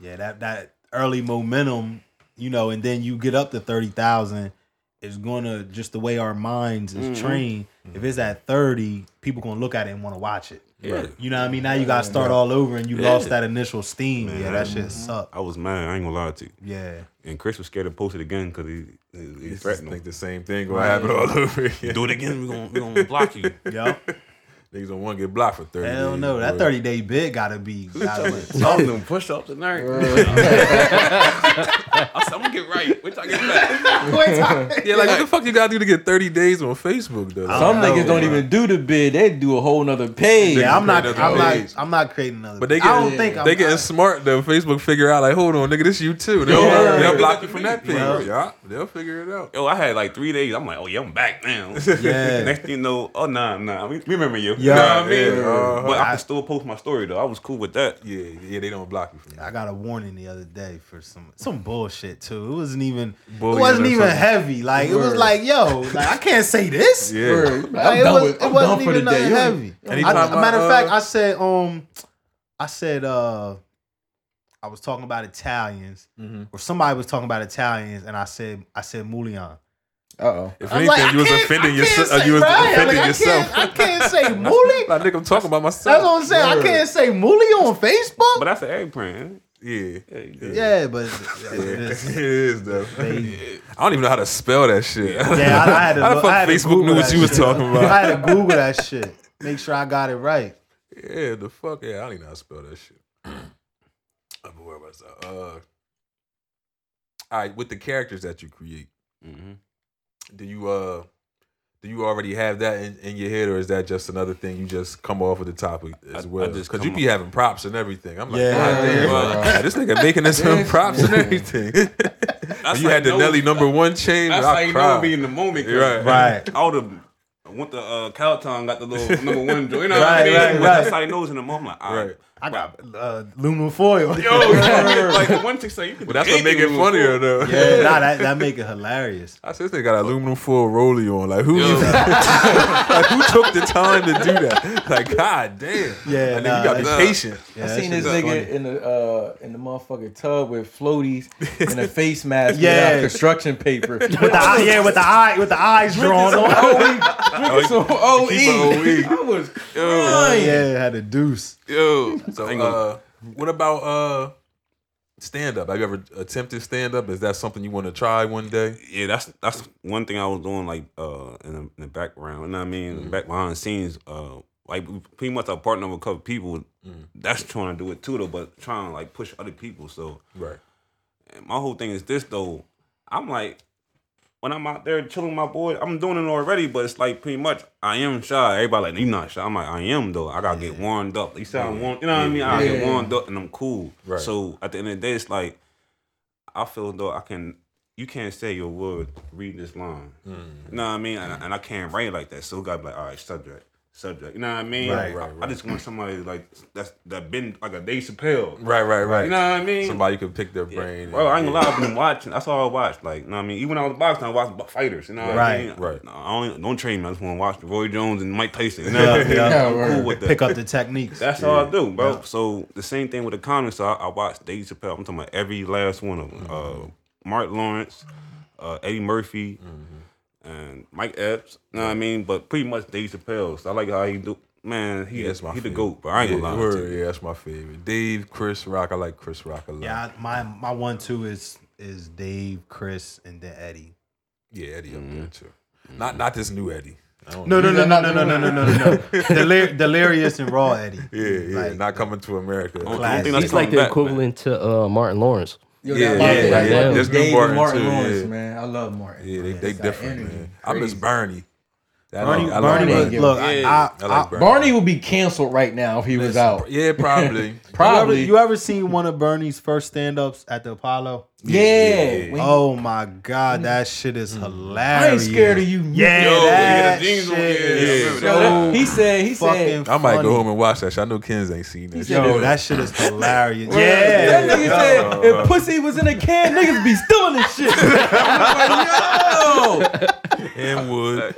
Speaker 2: Yeah, that that early momentum, you know, and then you get up to thirty thousand, is gonna just the way our minds is
Speaker 6: Mm-hmm.
Speaker 2: trained. If it's at thirty, people gonna look at it and want to watch it.
Speaker 6: Yeah.
Speaker 2: You know what I mean? Now you gotta start all over, and you lost that initial steam. Yeah, that shit sucked.
Speaker 6: I was mad. I ain't gonna lie to you.
Speaker 2: Yeah,
Speaker 6: And Chris was scared to post it again because he, he, he
Speaker 1: I just
Speaker 6: threatened
Speaker 1: think
Speaker 6: him.
Speaker 1: the same thing gonna happen all over again.
Speaker 6: Do it again, we're gonna, we gonna block you.
Speaker 2: yo,
Speaker 1: Niggas don't want to get blocked for thirty.
Speaker 2: hell
Speaker 1: days,
Speaker 2: no, that
Speaker 1: boy.
Speaker 2: thirty day bid gotta be. Gotta be.
Speaker 6: Told him, push up the nerve. I said, I'm gonna get right. Wait till I get back.
Speaker 1: Yeah, like what the fuck you gotta do to get thirty days on Facebook though?
Speaker 4: Some
Speaker 2: don't know,
Speaker 4: niggas don't
Speaker 2: bro.
Speaker 4: even do the bid. They do a whole nother page.
Speaker 2: Yeah, I'm not.
Speaker 1: create
Speaker 2: I'm
Speaker 1: another
Speaker 2: not.
Speaker 1: page.
Speaker 2: I'm not creating another.
Speaker 1: But they
Speaker 2: page.
Speaker 1: get,
Speaker 2: I don't think
Speaker 1: they
Speaker 2: I'm,
Speaker 1: getting
Speaker 2: I-
Speaker 1: smart though. Facebook figure out like, hold on, nigga, this you too. They'll,
Speaker 4: Yeah.
Speaker 1: they'll block you from that page.
Speaker 2: Yeah.
Speaker 1: Yeah, they'll figure it out.
Speaker 6: Yo, I had like three days. I'm like, oh yeah, I'm back now.
Speaker 2: Yeah.
Speaker 6: Next thing you know, oh nah, nah, we we remember you.
Speaker 2: Yeah.
Speaker 6: You know what I mean?
Speaker 1: Yeah. Uh-huh.
Speaker 6: But I could still post my story though. I was cool with that.
Speaker 1: Yeah, yeah, they don't block you from that.
Speaker 2: I got a warning the other day for some some bullshit too. It wasn't even
Speaker 1: Bullying
Speaker 2: it wasn't
Speaker 1: or
Speaker 2: even
Speaker 1: something.
Speaker 2: heavy. Like it was like yo, like I can't say this.
Speaker 1: Yeah.
Speaker 5: Word. I'm
Speaker 2: Like, it,
Speaker 5: done
Speaker 2: was,
Speaker 5: with- I'm
Speaker 2: not
Speaker 5: done for
Speaker 2: even
Speaker 5: the
Speaker 2: nothing
Speaker 5: day.
Speaker 2: heavy.
Speaker 1: Anytime
Speaker 2: I-
Speaker 1: I,
Speaker 2: matter of
Speaker 1: uh,
Speaker 2: fact, I said um, I said uh, I was talking about Italians
Speaker 1: Mm-hmm.
Speaker 2: or somebody was talking about Italians, and I said I said Mulian.
Speaker 5: Uh oh.
Speaker 1: if
Speaker 2: I'm
Speaker 1: anything,
Speaker 2: like, I
Speaker 1: you was
Speaker 2: can't- I
Speaker 1: offending
Speaker 2: can't
Speaker 1: yourself.
Speaker 2: say-
Speaker 1: you was
Speaker 2: right? I'm
Speaker 1: offending
Speaker 2: like, I
Speaker 1: yourself.
Speaker 2: can't- I can't say Muli.
Speaker 1: Like, nigga, I'm talking about myself.
Speaker 2: That's what I'm saying. I can't say Muli on Facebook.
Speaker 6: But that's an eggplant.
Speaker 1: yeah. Yeah,
Speaker 2: yeah, but
Speaker 1: it is though. I don't even know how to spell that shit.
Speaker 2: Yeah, I, I had to.
Speaker 1: How the
Speaker 2: look-
Speaker 1: fuck
Speaker 2: I had to
Speaker 1: Facebook
Speaker 2: Google
Speaker 1: knew what
Speaker 2: that
Speaker 1: you was
Speaker 2: shit.
Speaker 1: talking about?
Speaker 2: I had to Google that shit. Make sure I got it right.
Speaker 1: Yeah, the fuck. Yeah, I don't even know how to spell that shit. I'm aware of myself. Uh, all right, with the characters that you create,
Speaker 6: Mhm.
Speaker 1: do you uh, do you already have that in, in your head, or is that just another thing you just come off of the topic as
Speaker 6: I
Speaker 1: well?
Speaker 6: just
Speaker 1: Because
Speaker 6: come
Speaker 1: you be having props and everything. I'm like,
Speaker 2: Yeah.
Speaker 1: God damn,
Speaker 6: Yeah.
Speaker 1: yeah, this nigga making his own props and everything.
Speaker 6: That's
Speaker 1: you
Speaker 6: like
Speaker 1: had the
Speaker 6: no-
Speaker 1: Nelly number one chain.
Speaker 6: That's
Speaker 1: I
Speaker 6: how you know
Speaker 1: cried.
Speaker 6: be in the moment. 'cause
Speaker 1: Right.
Speaker 2: Right.
Speaker 6: All the I went to uh, Cowtown, got the little number one joint. You know what
Speaker 2: Right,
Speaker 6: I mean?
Speaker 2: right,
Speaker 6: But
Speaker 2: right.
Speaker 6: That's how he knows in the moment. Like, all right.
Speaker 1: Right.
Speaker 2: I got uh, aluminum foil.
Speaker 6: Yo, like the one chick say you can.
Speaker 1: But that's what make it funnier though.
Speaker 2: Yeah, nah, that that make it hilarious.
Speaker 1: I said this nigga got an aluminum foil rolly on. Like who? like who took the time to do that? Like god damn.
Speaker 2: Yeah,
Speaker 1: and then
Speaker 2: nah,
Speaker 1: you gotta be
Speaker 2: that's-
Speaker 1: patient.
Speaker 2: Yeah,
Speaker 5: I
Speaker 2: that
Speaker 5: seen
Speaker 2: shit
Speaker 5: this
Speaker 2: is
Speaker 5: nigga
Speaker 2: funny.
Speaker 5: in the uh, in the motherfucking tub with floaties and a face mask
Speaker 2: Yeah.
Speaker 5: yeah. construction paper. With
Speaker 2: With the eye, yeah, with the eye, with the eyes drawn on.
Speaker 5: some
Speaker 1: keep
Speaker 5: OE.
Speaker 1: an
Speaker 5: E. I was
Speaker 2: Yeah,
Speaker 5: crying.
Speaker 2: had a deuce.
Speaker 6: Yo,
Speaker 1: So
Speaker 6: I ain't gonna-
Speaker 1: uh, what about uh stand up? Have you ever attempted stand up? Is that something you want to try one day?
Speaker 6: yeah, that's that's one thing I was doing like uh in the, in the background. You know what I mean?
Speaker 1: Mm-hmm.
Speaker 6: Back behind the scenes, uh, like we pretty much I partner with a couple people
Speaker 1: Mm-hmm.
Speaker 6: that's trying to do it too, though, but trying to like push other people. So
Speaker 1: Right.
Speaker 6: and my whole thing is this though. I'm like, when I'm out there chilling with my boy, I'm doing it already, but it's like pretty much I am shy. Everybody like, you not shy. I'm like, I am though. I gotta get warmed up. You said I'm warm, you know what I mean? I get
Speaker 5: Yeah.
Speaker 6: warmed up and I'm cool.
Speaker 1: Right.
Speaker 6: So at the end of the day, it's like I feel though I can you can't say your word, read this line.
Speaker 1: Mm-hmm.
Speaker 6: You know what I mean? And, and I can't write like that. So it gotta be like, all right, subject. Subject, you know what I mean?
Speaker 2: Right,
Speaker 1: right,
Speaker 6: I- I
Speaker 1: right.
Speaker 6: just want somebody like that's that been like a Dave Chappelle.
Speaker 1: Right, right, right.
Speaker 6: You know what I mean?
Speaker 1: Somebody could pick their brain.
Speaker 6: Bro, I ain't gonna lie, I've been watching. That's all I watched. Like, you know what I mean? Even when I was boxing, I watched bo- fighters. You know what
Speaker 2: Right,
Speaker 6: I mean?
Speaker 1: right.
Speaker 6: I only, don't train me. I just wanna watch Roy Jones and Mike Tyson. You know what I mean?
Speaker 2: Yeah,
Speaker 5: yeah.
Speaker 6: I'm cool with that.
Speaker 2: Pick up the techniques.
Speaker 6: That's all I do, bro. So the same thing with the comics. So I, I watched Dave Chappelle. I'm talking about every last one of them.
Speaker 1: Mm-hmm.
Speaker 6: Uh, Mark Lawrence, uh, Eddie Murphy,
Speaker 1: Mm-hmm.
Speaker 6: and Mike Epps. You know what I mean? But pretty much Dave Chappelle. So I like how he do. Man, he
Speaker 1: Yeah, that's my
Speaker 6: he the
Speaker 1: favorite.
Speaker 6: goat, bro. I ain't
Speaker 1: yeah,
Speaker 6: gonna lie.
Speaker 1: word,
Speaker 6: to you.
Speaker 1: yeah, that's my favorite. Dave, Chris Rock. I like Chris Rock a lot.
Speaker 2: Yeah, I, my my one two is is Dave, Chris, and then Eddie.
Speaker 1: Yeah, Eddie
Speaker 2: Mm-hmm.
Speaker 1: up there too. Not not this new Eddie. I don't
Speaker 2: No, no, no,
Speaker 5: These
Speaker 2: no,
Speaker 5: are
Speaker 2: no,
Speaker 5: not
Speaker 2: no,
Speaker 5: the
Speaker 2: no, no, no, no. Delir- delirious and raw Eddie.
Speaker 1: Yeah, yeah.
Speaker 2: Like-
Speaker 1: not coming to America.
Speaker 6: I don't- I
Speaker 2: Classic.
Speaker 6: don't think that's
Speaker 3: He's like
Speaker 6: coming
Speaker 3: the
Speaker 6: back, man.
Speaker 3: equivalent to uh, Martin Lawrence.
Speaker 5: Yo,
Speaker 1: Yeah,
Speaker 5: that
Speaker 1: yeah,
Speaker 5: Martin,
Speaker 1: yeah,
Speaker 5: like,
Speaker 1: yeah.
Speaker 5: Martin
Speaker 1: There's new
Speaker 5: Dave and
Speaker 1: Martin,
Speaker 5: Martin
Speaker 1: too,
Speaker 5: Lawrence,
Speaker 1: yeah.
Speaker 5: man. I love Martin.
Speaker 1: Yeah, they, they
Speaker 5: It's that
Speaker 1: different,
Speaker 5: energy.
Speaker 1: man. I miss
Speaker 5: Crazy.
Speaker 1: Bernie. That
Speaker 2: Bernie,
Speaker 1: I like
Speaker 2: Bernie,
Speaker 5: Bernie.
Speaker 2: was- look, I-
Speaker 6: Yeah.
Speaker 2: I,
Speaker 1: I like
Speaker 2: I-
Speaker 1: Bernie.
Speaker 5: Barney would be canceled right now if he was out.
Speaker 1: Yeah, probably.
Speaker 5: Probably.
Speaker 2: You ever, you ever seen one of Bernie's first stand ups at the Apollo?
Speaker 5: yeah.
Speaker 1: yeah.
Speaker 5: When he-
Speaker 2: Oh my god, that shit is hilarious.
Speaker 5: I ain't scared of you.
Speaker 2: Yeah,
Speaker 6: Yo,
Speaker 2: that
Speaker 6: yeah, the jeans on-
Speaker 2: shit
Speaker 6: yeah, yeah,
Speaker 2: is
Speaker 6: I remember
Speaker 2: so
Speaker 6: that.
Speaker 5: He said. He said.
Speaker 2: fucking
Speaker 1: I might
Speaker 2: funny.
Speaker 1: go home and watch that shit. I know Ken's ain't seen that shit.
Speaker 5: said-
Speaker 2: Yo, that shit is hilarious.
Speaker 5: That nigga
Speaker 2: yeah.
Speaker 5: said if pussy was in a can, niggas be stealing this shit. I'm like, yo,
Speaker 1: And Wood.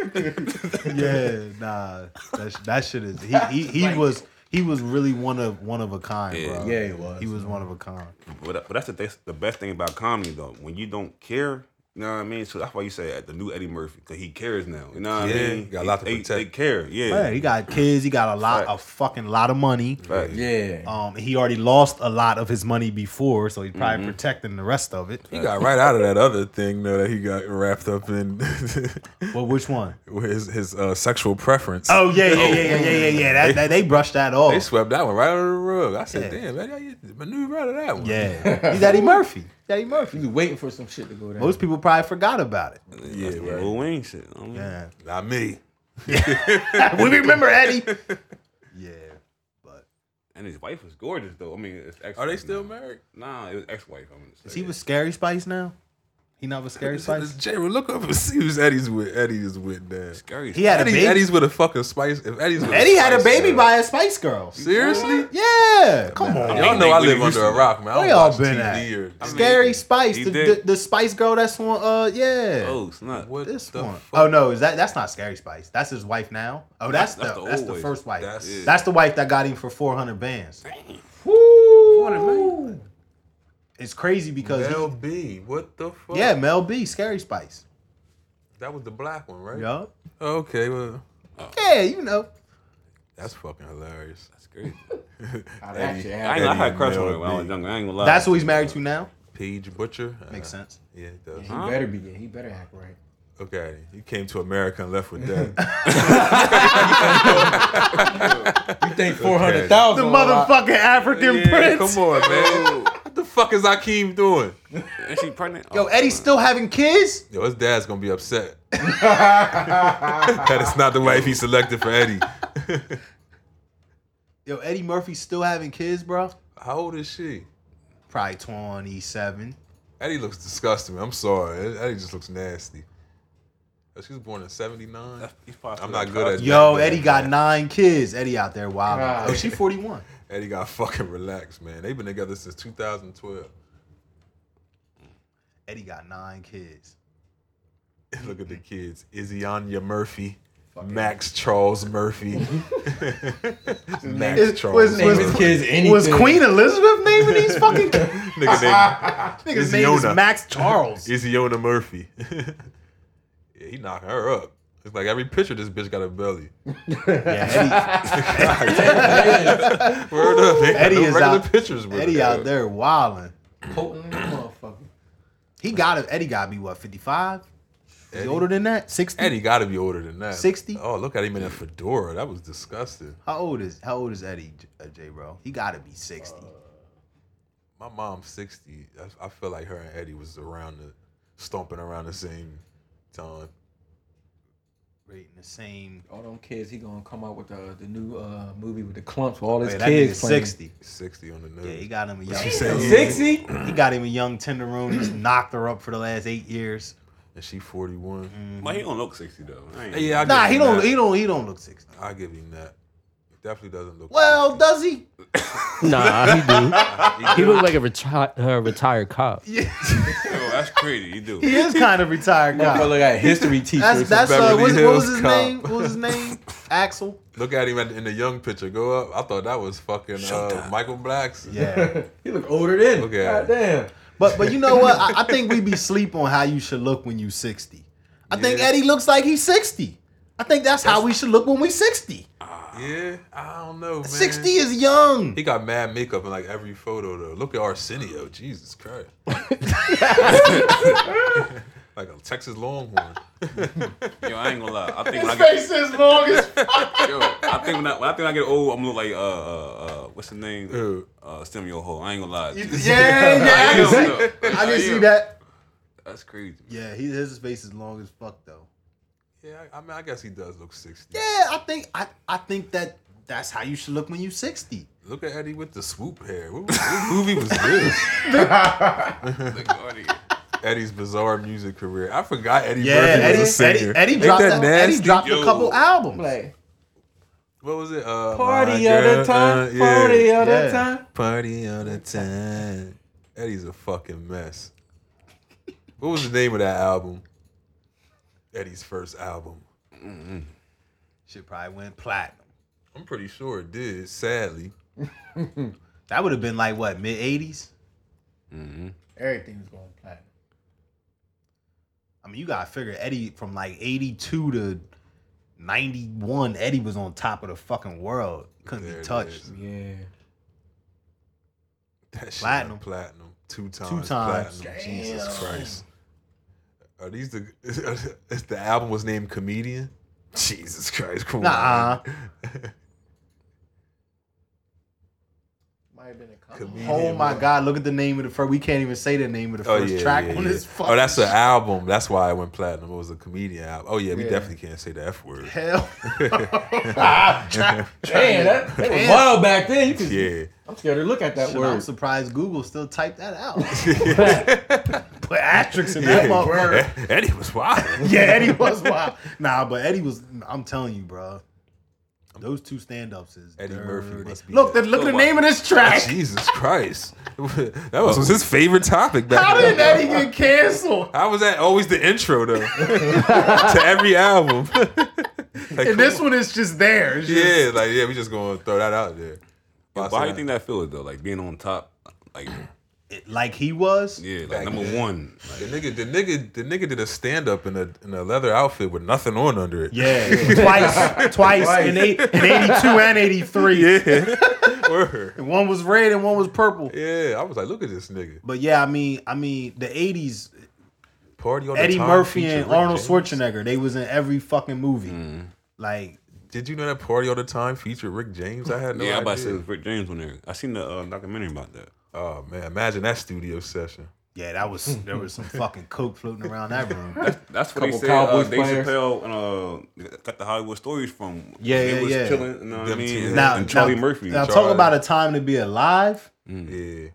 Speaker 2: Yeah, nah. That, sh- that shit is he he, he was he was really one of one of a kind, bro.
Speaker 5: Yeah, he was.
Speaker 2: He was one of a kind.
Speaker 6: But, but that's the, that's the best thing about comedy though. When you don't care, You know what I mean? So that's why you say at the new Eddie Murphy because he cares now. You know what
Speaker 1: Yeah,
Speaker 6: I mean?
Speaker 1: he got a lot to
Speaker 6: They- They
Speaker 1: protect.
Speaker 6: care. Yeah.
Speaker 2: Yeah, he got kids. He got a lot, a
Speaker 6: Facts.
Speaker 2: fucking lot of money.
Speaker 6: Fact.
Speaker 5: Yeah.
Speaker 2: Um, he already lost a lot of his money before, so he's probably protecting the rest of it.
Speaker 1: He got right out of that other thing though that he got wrapped up in
Speaker 2: Well, which one?
Speaker 1: his his uh, sexual preference.
Speaker 2: Oh yeah, yeah, yeah, yeah, yeah, yeah, yeah. That, that they brushed that
Speaker 1: They
Speaker 2: off.
Speaker 1: swept that one right under the rug. I said,
Speaker 2: Yeah.
Speaker 1: damn, man, you maneuver out of that one.
Speaker 2: Yeah, he's Eddie Murphy. Eddie
Speaker 5: You
Speaker 2: Murphy.
Speaker 5: be waiting for some shit to go down.
Speaker 2: Most people probably forgot about it.
Speaker 1: yeah, right.
Speaker 6: Lil Wayne shit. I mean,
Speaker 2: Yeah,
Speaker 1: Not me.
Speaker 2: we remember Eddie. Yeah, but
Speaker 6: And his wife was gorgeous though. I mean, it's ex.
Speaker 1: Are they still married?
Speaker 6: Nah, it was ex-wife. I'm gonna say.
Speaker 2: is he with Scary Spice now? He not with Scary Spice.
Speaker 1: Jay, look up and see who's Eddie's with. Eddie is with that.
Speaker 6: scary?
Speaker 2: He had a
Speaker 1: Eddie,
Speaker 2: baby.
Speaker 1: Eddie's with a fucking spice. If Eddie's with
Speaker 2: Eddie had a
Speaker 1: Spice
Speaker 2: baby
Speaker 1: Girl-
Speaker 2: by a Spice Girl.
Speaker 1: Seriously?
Speaker 2: Yeah, come on.
Speaker 1: Y'all know
Speaker 6: they
Speaker 1: I
Speaker 6: really
Speaker 1: live
Speaker 6: used
Speaker 1: under a
Speaker 6: to.
Speaker 1: rock, man. I
Speaker 2: Where
Speaker 1: don't
Speaker 2: y'all
Speaker 1: watch
Speaker 2: been
Speaker 1: TV
Speaker 2: at?
Speaker 1: or-
Speaker 6: I mean,
Speaker 2: Scary Spice,
Speaker 6: he
Speaker 2: the, the,
Speaker 6: did.
Speaker 2: the Spice girl that's on. Uh, yeah.
Speaker 6: Oh, it's not.
Speaker 1: What
Speaker 2: This
Speaker 1: the
Speaker 2: one.
Speaker 1: fuck?
Speaker 2: Oh no, is that that's not Scary Spice? That's his wife now. Oh, that's,
Speaker 6: That's-
Speaker 2: the,
Speaker 6: that's the
Speaker 2: that's the
Speaker 6: old wife.
Speaker 2: first wife. That's,
Speaker 1: That's-
Speaker 2: the wife that got him for four hundred bands. It's crazy because
Speaker 1: Mel B. What the fuck?
Speaker 2: he, yeah, Mel B, Scary Spice.
Speaker 1: That was the black one, right?
Speaker 2: Yo,
Speaker 1: Okay, well,
Speaker 2: yeah, you know.
Speaker 1: that's fucking hilarious.
Speaker 6: That's crazy.
Speaker 5: I'd actually
Speaker 6: I,
Speaker 5: have
Speaker 6: ain't, I had
Speaker 1: Eddie
Speaker 6: a crush on
Speaker 1: Mel
Speaker 6: her when I was
Speaker 1: B.
Speaker 6: younger. I ain't gonna lie.
Speaker 2: That's who he's married to now.
Speaker 1: Paige Butcher. Uh,
Speaker 2: Makes sense.
Speaker 1: Yeah, it does.
Speaker 5: He better be. He better act right.
Speaker 1: Okay, you came to America and left with that.
Speaker 5: You think four hundred thousand?
Speaker 2: African
Speaker 1: yeah, come on, man. what the fuck is Akeem doing?
Speaker 6: And she pregnant.
Speaker 2: Yo, Eddie's still having kids.
Speaker 1: Yo, his dad's gonna be upset. that is not the wife he selected for Eddie.
Speaker 2: Yo, Eddie Murphy's still having kids, bro.
Speaker 1: How old is she?
Speaker 2: Probably twenty-seven.
Speaker 1: Eddie looks disgusting. I'm sorry. Eddie just looks nasty. Oh, She was born in '79.
Speaker 6: He's probably
Speaker 1: I'm not good at-
Speaker 2: Yo, Eddie got nine kids. Eddie out there wild.
Speaker 5: God.
Speaker 2: Oh, she forty-one.
Speaker 1: Eddie got fucking relaxed, man. They've been together since 2012.
Speaker 2: Eddie got nine kids.
Speaker 1: Look at the kids. Izianya Murphy. Max Charles Murphy. Max
Speaker 2: Is-
Speaker 1: Charles
Speaker 2: was-
Speaker 5: Name
Speaker 1: Murphy.
Speaker 5: his kids anything.
Speaker 2: Was Queen Elizabeth naming these fucking kids?
Speaker 1: Nigga named
Speaker 2: Nigga's name is
Speaker 1: Izziona.
Speaker 2: Max Charles.
Speaker 1: Iziona Murphy. yeah, he knocking her up. It's like every picture this bitch got a belly.
Speaker 2: yeah,
Speaker 1: Word up. They got
Speaker 2: Eddie
Speaker 1: no
Speaker 2: is
Speaker 1: regular
Speaker 2: out-
Speaker 1: pictures with
Speaker 2: Eddie, Eddie
Speaker 1: her.
Speaker 2: out there wilding.
Speaker 5: potent motherfucker.
Speaker 2: He got to Eddie got to be what fifty five. He
Speaker 1: Eddie?
Speaker 2: older than that? Sixty.
Speaker 1: Eddie got to be older than that.
Speaker 2: 60?
Speaker 1: Oh, look at him in that fedora. That was disgusting.
Speaker 2: How old is How old is Eddie J, uh, J bro? He got to be sixty.
Speaker 1: My mom's 60. I- I feel like her and Eddie was around the, stomping around the same time.
Speaker 2: Right in the same.
Speaker 5: All them kids, he gonna come out with the the new uh, movie with the clumps. With all his
Speaker 2: Wait, that nigga's
Speaker 5: kids playing.
Speaker 2: sixty.
Speaker 1: 60 on the nose.
Speaker 2: Yeah, he got him a young.
Speaker 5: Sixty.
Speaker 2: He got him a young tenderoni. knocked her up for the last eight years.
Speaker 1: And she 41.
Speaker 2: Mm.
Speaker 6: But he don't look sixty though. I ain't-
Speaker 1: Yeah, I
Speaker 2: Nah,
Speaker 1: give
Speaker 2: he
Speaker 1: him
Speaker 2: don't.
Speaker 1: that.
Speaker 2: He don't. He don't look sixty.
Speaker 1: I give him that. He definitely doesn't look.
Speaker 2: Well, does he?
Speaker 3: Nah, he do. He look like a retired uh, retired cop.
Speaker 6: Yo, that's crazy. You do.
Speaker 2: He is kind of retired guy.
Speaker 5: Motherfucker got a history teacher.
Speaker 2: That's that's uh,
Speaker 1: Beverly
Speaker 2: what's, what was
Speaker 1: Hills
Speaker 2: his
Speaker 1: Cop.
Speaker 2: name? What was his name? Axel.
Speaker 1: look at him at- in the young picture. Go up. I thought that was fucking uh, Michael Blackson.
Speaker 2: Yeah,
Speaker 5: he look older than.
Speaker 1: Look at
Speaker 5: God damn.
Speaker 2: but but you know what? I, I think we be sleep on how you should look when you sixty. I think
Speaker 1: Yeah.
Speaker 2: Eddie looks like he's sixty. I think that's, how we should look when we sixty.
Speaker 1: Yeah, I don't know, man.
Speaker 2: Sixty is young.
Speaker 1: He got mad makeup in like every photo though. Look at Arsenio. Jesus Christ. like a Texas Longhorn.
Speaker 6: Yo, I ain't gonna lie. I think when I get face is long as. Yo, I think when I, when I think I get old, I'm gonna look like uh uh, uh what's the name?
Speaker 1: Who?
Speaker 6: Uh, Samuel Ho. I ain't gonna lie.
Speaker 2: Yeah, yeah.
Speaker 6: am,
Speaker 2: I
Speaker 6: though.
Speaker 2: can see, I can see
Speaker 6: am.
Speaker 2: that.
Speaker 6: That's crazy. man.
Speaker 2: Yeah, he, his face is long as fuck though.
Speaker 1: Yeah, I, I mean, I guess he does look sixty.
Speaker 2: Yeah, I think I I think that that's how you should look when you sixty.
Speaker 1: Look at Eddie with the swoop hair. What, what movie was this?
Speaker 6: Look, already-
Speaker 1: Eddie's bizarre music career. I forgot Eddie
Speaker 2: Yeah,
Speaker 1: Murphy
Speaker 2: Eddie,
Speaker 1: was a
Speaker 2: Eddie,
Speaker 1: singer.
Speaker 2: Eddie
Speaker 1: Ain't
Speaker 2: dropped
Speaker 1: that
Speaker 2: that Eddie
Speaker 1: nasty?
Speaker 2: dropped a
Speaker 6: Yo.
Speaker 2: couple albums.
Speaker 5: Like
Speaker 1: What was it? Uh,
Speaker 5: party
Speaker 1: my
Speaker 5: all the
Speaker 1: girl,
Speaker 5: time.
Speaker 1: uh, yeah.
Speaker 5: Party all
Speaker 2: Yeah.
Speaker 5: the time.
Speaker 1: Party all the time. Eddie's a fucking mess. What was the name of that album? Eddie's first album.
Speaker 2: Should probably win platinum.
Speaker 1: I'm pretty sure it did, sadly.
Speaker 2: That would have been like what mid eighties.
Speaker 1: Mm-hmm.
Speaker 5: Everything's going platinum.
Speaker 2: I mean, you gotta figure Eddie from like '82 to '91. Eddie was on top of the fucking world. Couldn't
Speaker 1: There it
Speaker 2: be touched.
Speaker 1: is.
Speaker 5: Yeah.
Speaker 1: That shit
Speaker 2: Platinum.
Speaker 1: platinum. platinum. Two times.
Speaker 2: times.
Speaker 1: Platinum. Jesus Christ. Are these the is the album was named Comedian? Jesus Christ. Come
Speaker 2: Nah.
Speaker 1: on.
Speaker 5: Might have been a couple.
Speaker 1: Comedian.
Speaker 2: Oh my
Speaker 1: bro.
Speaker 2: god! Look at the name of the first. We can't even say the name of the
Speaker 1: Oh
Speaker 2: first
Speaker 1: yeah,
Speaker 2: track
Speaker 1: yeah,
Speaker 2: on
Speaker 1: yeah.
Speaker 2: this fucking.
Speaker 1: Oh, that's an album. That's why I went platinum. It was a comedian album. Oh yeah, we
Speaker 5: Yeah.
Speaker 1: definitely can't say the F word.
Speaker 2: hell.
Speaker 5: Damn, that, that was
Speaker 2: Damn.
Speaker 5: wild back then. You could,
Speaker 1: Yeah.
Speaker 5: I'm scared to look at that
Speaker 2: Shit, I'm
Speaker 5: word.
Speaker 2: surprised Google still typed that out. Put asterisks in that motherfucker.
Speaker 1: yeah. Eddie was wild.
Speaker 2: Yeah, Eddie was wild. Nah, but Eddie was. I'm telling you, bro. Those two stand-ups is
Speaker 1: Eddie
Speaker 2: dirty.
Speaker 1: Murphy must be
Speaker 2: Look,
Speaker 1: dead.
Speaker 2: the, look at the
Speaker 6: Oh,
Speaker 2: name of this track.
Speaker 1: Jesus Christ. that was, was his favorite topic back
Speaker 2: How
Speaker 1: then.
Speaker 2: did Eddie get canceled?
Speaker 1: How was that always the intro though? to every album. Like,
Speaker 2: And
Speaker 1: come
Speaker 2: this
Speaker 1: on.
Speaker 2: one is just there. It's just-
Speaker 1: Yeah, like yeah, we just gonna throw that out there.
Speaker 6: But how do you think that feels though? Like being on top, like
Speaker 2: It- like he was.
Speaker 6: yeah,
Speaker 1: Back
Speaker 6: like number
Speaker 1: then.
Speaker 6: one. Like,
Speaker 1: the nigga, the nigga, the nigga did a stand up in a in a leather outfit with nothing on under it.
Speaker 2: Yeah, twice, twice, in, eight, in 82 and 83.
Speaker 1: yeah. Word.
Speaker 2: And one was red and one was purple.
Speaker 1: Yeah, I was like, look at this nigga.
Speaker 2: But yeah, I mean, I mean, the 80s,
Speaker 1: Party all the
Speaker 2: Eddie
Speaker 1: time
Speaker 2: Murphy
Speaker 1: featured
Speaker 2: and
Speaker 1: Rick
Speaker 2: Arnold
Speaker 1: James. Mm.
Speaker 2: Schwarzenegger, they was in every fucking movie. Like,
Speaker 1: Did you know that Party all the time featured Rick James? I had no idea.
Speaker 6: yeah, I about to say it was Rick James on there. I seen the uh, documentary about that.
Speaker 1: oh man, imagine that studio session.
Speaker 2: yeah, that was there was some fucking coke floating around that room.
Speaker 6: That's what they
Speaker 5: Couple
Speaker 6: said. Uh,
Speaker 5: Cowboys
Speaker 6: Dave
Speaker 5: players.
Speaker 6: Chappelle and uh, got the Hollywood stories from.
Speaker 2: Yeah,
Speaker 6: They
Speaker 2: yeah,
Speaker 6: was
Speaker 2: yeah.
Speaker 6: Chilling, you know what I
Speaker 1: Them two.
Speaker 6: mean? And,
Speaker 2: Now,
Speaker 6: and Charlie
Speaker 2: now-
Speaker 6: Murphy.
Speaker 2: Now
Speaker 1: Charlie.
Speaker 2: talk about a time to be alive.
Speaker 1: Yeah.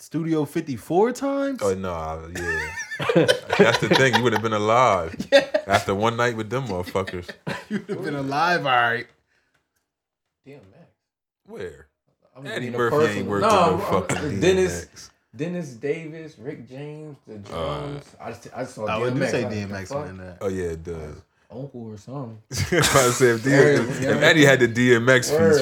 Speaker 2: Studio 54 times.
Speaker 1: Oh no, I- yeah. That's the thing. You would have been alive after one night with them motherfuckers.
Speaker 2: You'd have been alive, all right.
Speaker 5: Damn, man.
Speaker 1: Where?
Speaker 5: I'm
Speaker 1: Eddie
Speaker 5: being a
Speaker 1: Murphy
Speaker 5: person.
Speaker 1: ain't working
Speaker 5: No,
Speaker 1: no,
Speaker 5: I'm-
Speaker 1: fucking DMX.
Speaker 5: I'm- Dennis, Dennis Davis, Rick James, the drums. I just, I just saw
Speaker 2: Uh, I
Speaker 5: DMX.
Speaker 2: would do Oh, say
Speaker 5: like, the
Speaker 2: DMX
Speaker 5: fuck?
Speaker 2: in that.
Speaker 1: Oh yeah, it does.
Speaker 5: Uncle or something.
Speaker 1: I was about to say, if, DM, if
Speaker 5: yeah.
Speaker 1: Eddie had the DMX
Speaker 5: Word.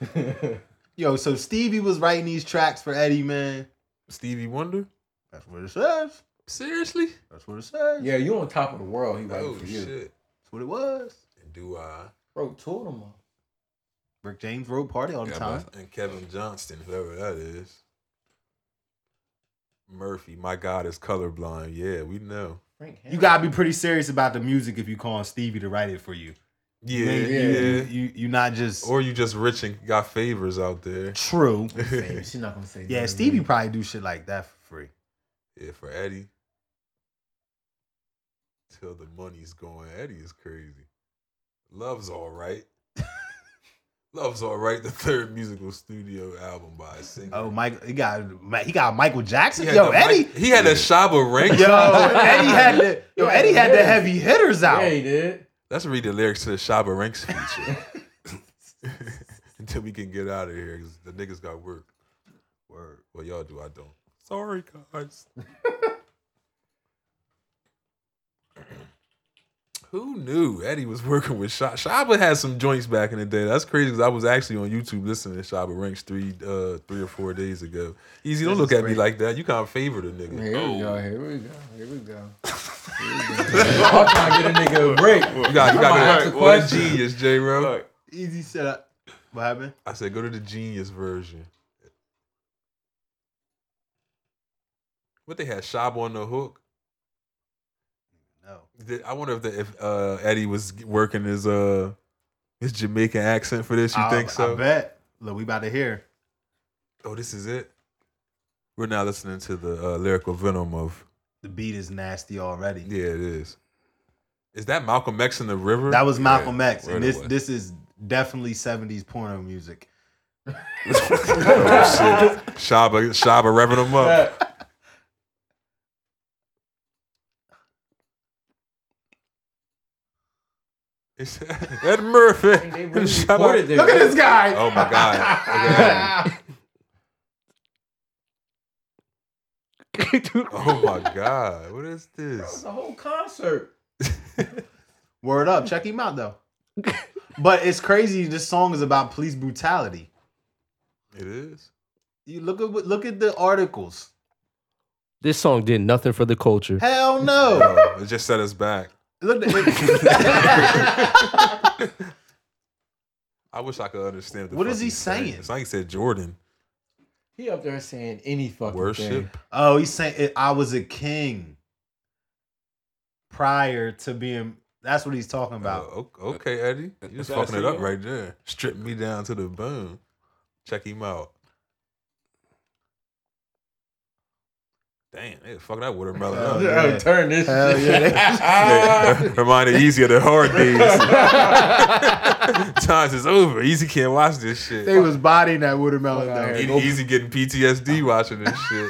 Speaker 1: feature, man,
Speaker 2: Yo, so Stevie was writing these tracks for Eddie, man.
Speaker 1: Stevie Wonder.
Speaker 2: That's what it says.
Speaker 1: Seriously?
Speaker 2: That's what it says.
Speaker 5: Yeah, you on top of the world. He waiting
Speaker 1: Oh
Speaker 5: for you.
Speaker 1: shit.
Speaker 2: That's what it was.
Speaker 1: Do I?
Speaker 5: Bro, two of them. up.
Speaker 2: Rick James wrote Party all the
Speaker 6: Yeah,
Speaker 2: time.
Speaker 1: And Kevin Johnston, whoever that is. Murphy, my God is colorblind. Yeah, we know.
Speaker 5: Frank. Hammond.
Speaker 2: You gotta be pretty serious about the music if you calling Stevie to write it for you. You
Speaker 1: Yeah,
Speaker 2: ain't-
Speaker 1: yeah.
Speaker 2: You, you, you, you not just
Speaker 1: Or you just rich and got favors out there.
Speaker 2: true.
Speaker 5: Baby, She not gonna say.
Speaker 2: Yeah,
Speaker 5: nothing.
Speaker 2: Stevie probably do shit like that for free.
Speaker 1: Yeah, for Eddie. Till the money's going. Eddie is crazy. Love's all right. Love's all right. The third musical studio album by a singer.
Speaker 2: Oh, Mike, he got Mi- he got Michael Jackson.
Speaker 1: He had
Speaker 2: Yo,
Speaker 1: the mic-
Speaker 2: Eddie.
Speaker 1: he had a Shaba ring.
Speaker 2: Yo, Eddie had the yo,
Speaker 5: Yeah,
Speaker 2: Eddie had the
Speaker 5: yeah.
Speaker 2: heavy hitters out.
Speaker 5: Yeah, he did.
Speaker 1: Let's read the lyrics to the Shaba Ranks feature until we can get out of here because the niggas got work. Word. Well, y'all do. I don't. Sorry, guys. Who knew Eddie was working with Shaba? Shaba had some joints back in the day. That's crazy because I was actually on YouTube listening to Shaba Ranks three, uh, three or four days ago. Easy, don't look at me like that. You kind of favor the nigga.
Speaker 5: Here we go. Here we go. Here we go. I'm trying to get a nigga a break.
Speaker 1: You got, you
Speaker 5: Come
Speaker 1: got
Speaker 5: on, ask
Speaker 1: to go to
Speaker 5: a
Speaker 1: the
Speaker 5: question.
Speaker 1: genius, J. Ro.
Speaker 2: Easy setup. What happened?
Speaker 1: I said, go to the genius version. What they had Shab on the hook.
Speaker 2: No.
Speaker 1: Did- I wonder if the, if uh, Eddie was working his uh his Jamaican accent for this. You
Speaker 2: I,
Speaker 1: think so?
Speaker 2: I bet. Look, we about to hear.
Speaker 1: Oh, this is it. We're now listening to the uh, lyrical venom of
Speaker 2: The beat is nasty already.
Speaker 1: yeah, it is. Is that Malcolm X in the river?
Speaker 2: That was Malcolm X,
Speaker 6: right
Speaker 2: and this
Speaker 6: away.
Speaker 2: this is definitely '70s porno music.
Speaker 1: oh, shit. Shaba Shaba revving him up. It's Ed Murphy.
Speaker 5: They really
Speaker 1: Shaba-
Speaker 5: recorded this.
Speaker 2: Look at this guy.
Speaker 1: Oh my god. Look at him. Oh my god. What is
Speaker 5: It's
Speaker 1: this?
Speaker 5: a whole concert.
Speaker 2: Word up. Check him out though. but it's crazy. This song is about police brutality.
Speaker 1: It is.
Speaker 2: You look at what- look at the articles.
Speaker 3: This song did nothing for the culture.
Speaker 2: Hell no.
Speaker 1: It just set us back.
Speaker 2: Look, at-
Speaker 1: I wish I could understand the
Speaker 2: What is he
Speaker 1: fuck he's
Speaker 2: saying?
Speaker 1: It's like he said Jordan.
Speaker 5: He up there saying any fucking thing.
Speaker 1: Worship.
Speaker 2: oh, he's saying it, I was a king prior to being. That's what he's talking about.
Speaker 1: Oh, o- okay, Eddie. You just
Speaker 6: that
Speaker 1: fucking it
Speaker 6: a
Speaker 1: up
Speaker 6: CEO?
Speaker 1: right there. Strip me down to the bone. Check him out. Damn, they fuck that watermelon up.
Speaker 2: Yeah.
Speaker 5: Oh, turn this.
Speaker 2: Hell
Speaker 5: shit.
Speaker 2: Ah.
Speaker 1: Yeah, Reminder easy of the hard days. Times is over. Easy can't watch this shit.
Speaker 2: They was bodying that watermelon
Speaker 5: Fuck outta
Speaker 2: though.
Speaker 5: here.
Speaker 1: Easy- easy getting PTSD watching this shit.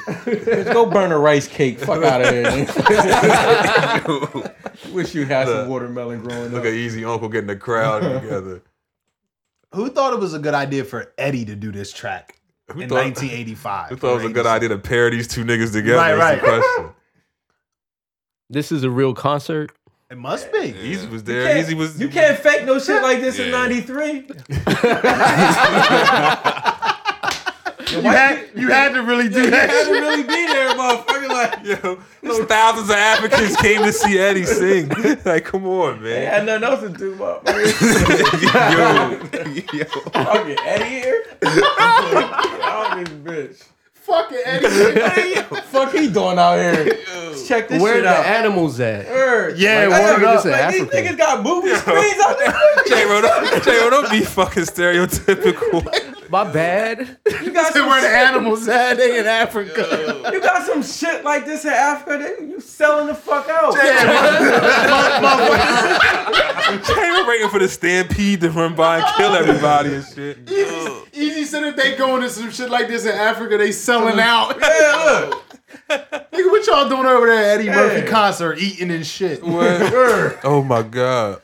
Speaker 5: Bitch, go burn a rice cake. Fuck out of here. nigga. Wish you had
Speaker 1: Look.
Speaker 5: some watermelon growing
Speaker 1: Look
Speaker 5: up.
Speaker 1: at Easy Uncle getting the crowd together.
Speaker 2: Who thought it was a good idea for Eddie to do this track
Speaker 1: Who
Speaker 2: in
Speaker 1: thought-
Speaker 2: 1985?
Speaker 1: Who thought it was a good idea to pair these two niggas together?
Speaker 2: Right,
Speaker 1: That's the
Speaker 2: right.
Speaker 1: question.
Speaker 3: This is a real concert.
Speaker 2: It must be.
Speaker 1: Easy was
Speaker 5: You
Speaker 1: there.
Speaker 5: can't-
Speaker 1: Easy was.
Speaker 5: You can't fake no shit like this in
Speaker 1: Yeah.
Speaker 5: '93.
Speaker 2: You had, you had to really do
Speaker 5: I had
Speaker 2: that.
Speaker 5: to really be there, motherfucker. Like,
Speaker 1: Yo, there's thousands of Africans came to see Eddie sing. Like, come on,
Speaker 5: I
Speaker 1: man.
Speaker 5: had nothing else to do, motherfucker.
Speaker 1: Yo, yo.
Speaker 5: Fucking Eddie here. Out this bitch.
Speaker 2: Fucking Eddie.
Speaker 5: Fuck he doing out here? Check this
Speaker 3: Where
Speaker 5: shit
Speaker 3: the
Speaker 5: out.
Speaker 3: animals at?
Speaker 5: Word.
Speaker 2: Yeah,
Speaker 5: Like, I
Speaker 2: word
Speaker 5: never-
Speaker 2: up.
Speaker 5: like, these
Speaker 3: African.
Speaker 5: niggas got movie screens out there.
Speaker 1: J Ro, don't, J-Ro, don't be fucking stereotypical.
Speaker 3: My bad.
Speaker 5: You got some
Speaker 2: Where the
Speaker 5: shit-
Speaker 2: animals at? They in Africa.
Speaker 5: You got some shit like this in Africa, they, you selling the fuck out.
Speaker 1: J-Ro waiting for the stampede to run by and kill everybody and shit.
Speaker 2: Easy said if they going to some shit like this in Africa, they selling out.
Speaker 5: Yeah, look.
Speaker 2: Nigga, what y'all doing over there at Eddie Murphy
Speaker 5: Hey.
Speaker 2: concert, eating and shit?
Speaker 5: Word.
Speaker 1: Oh my god.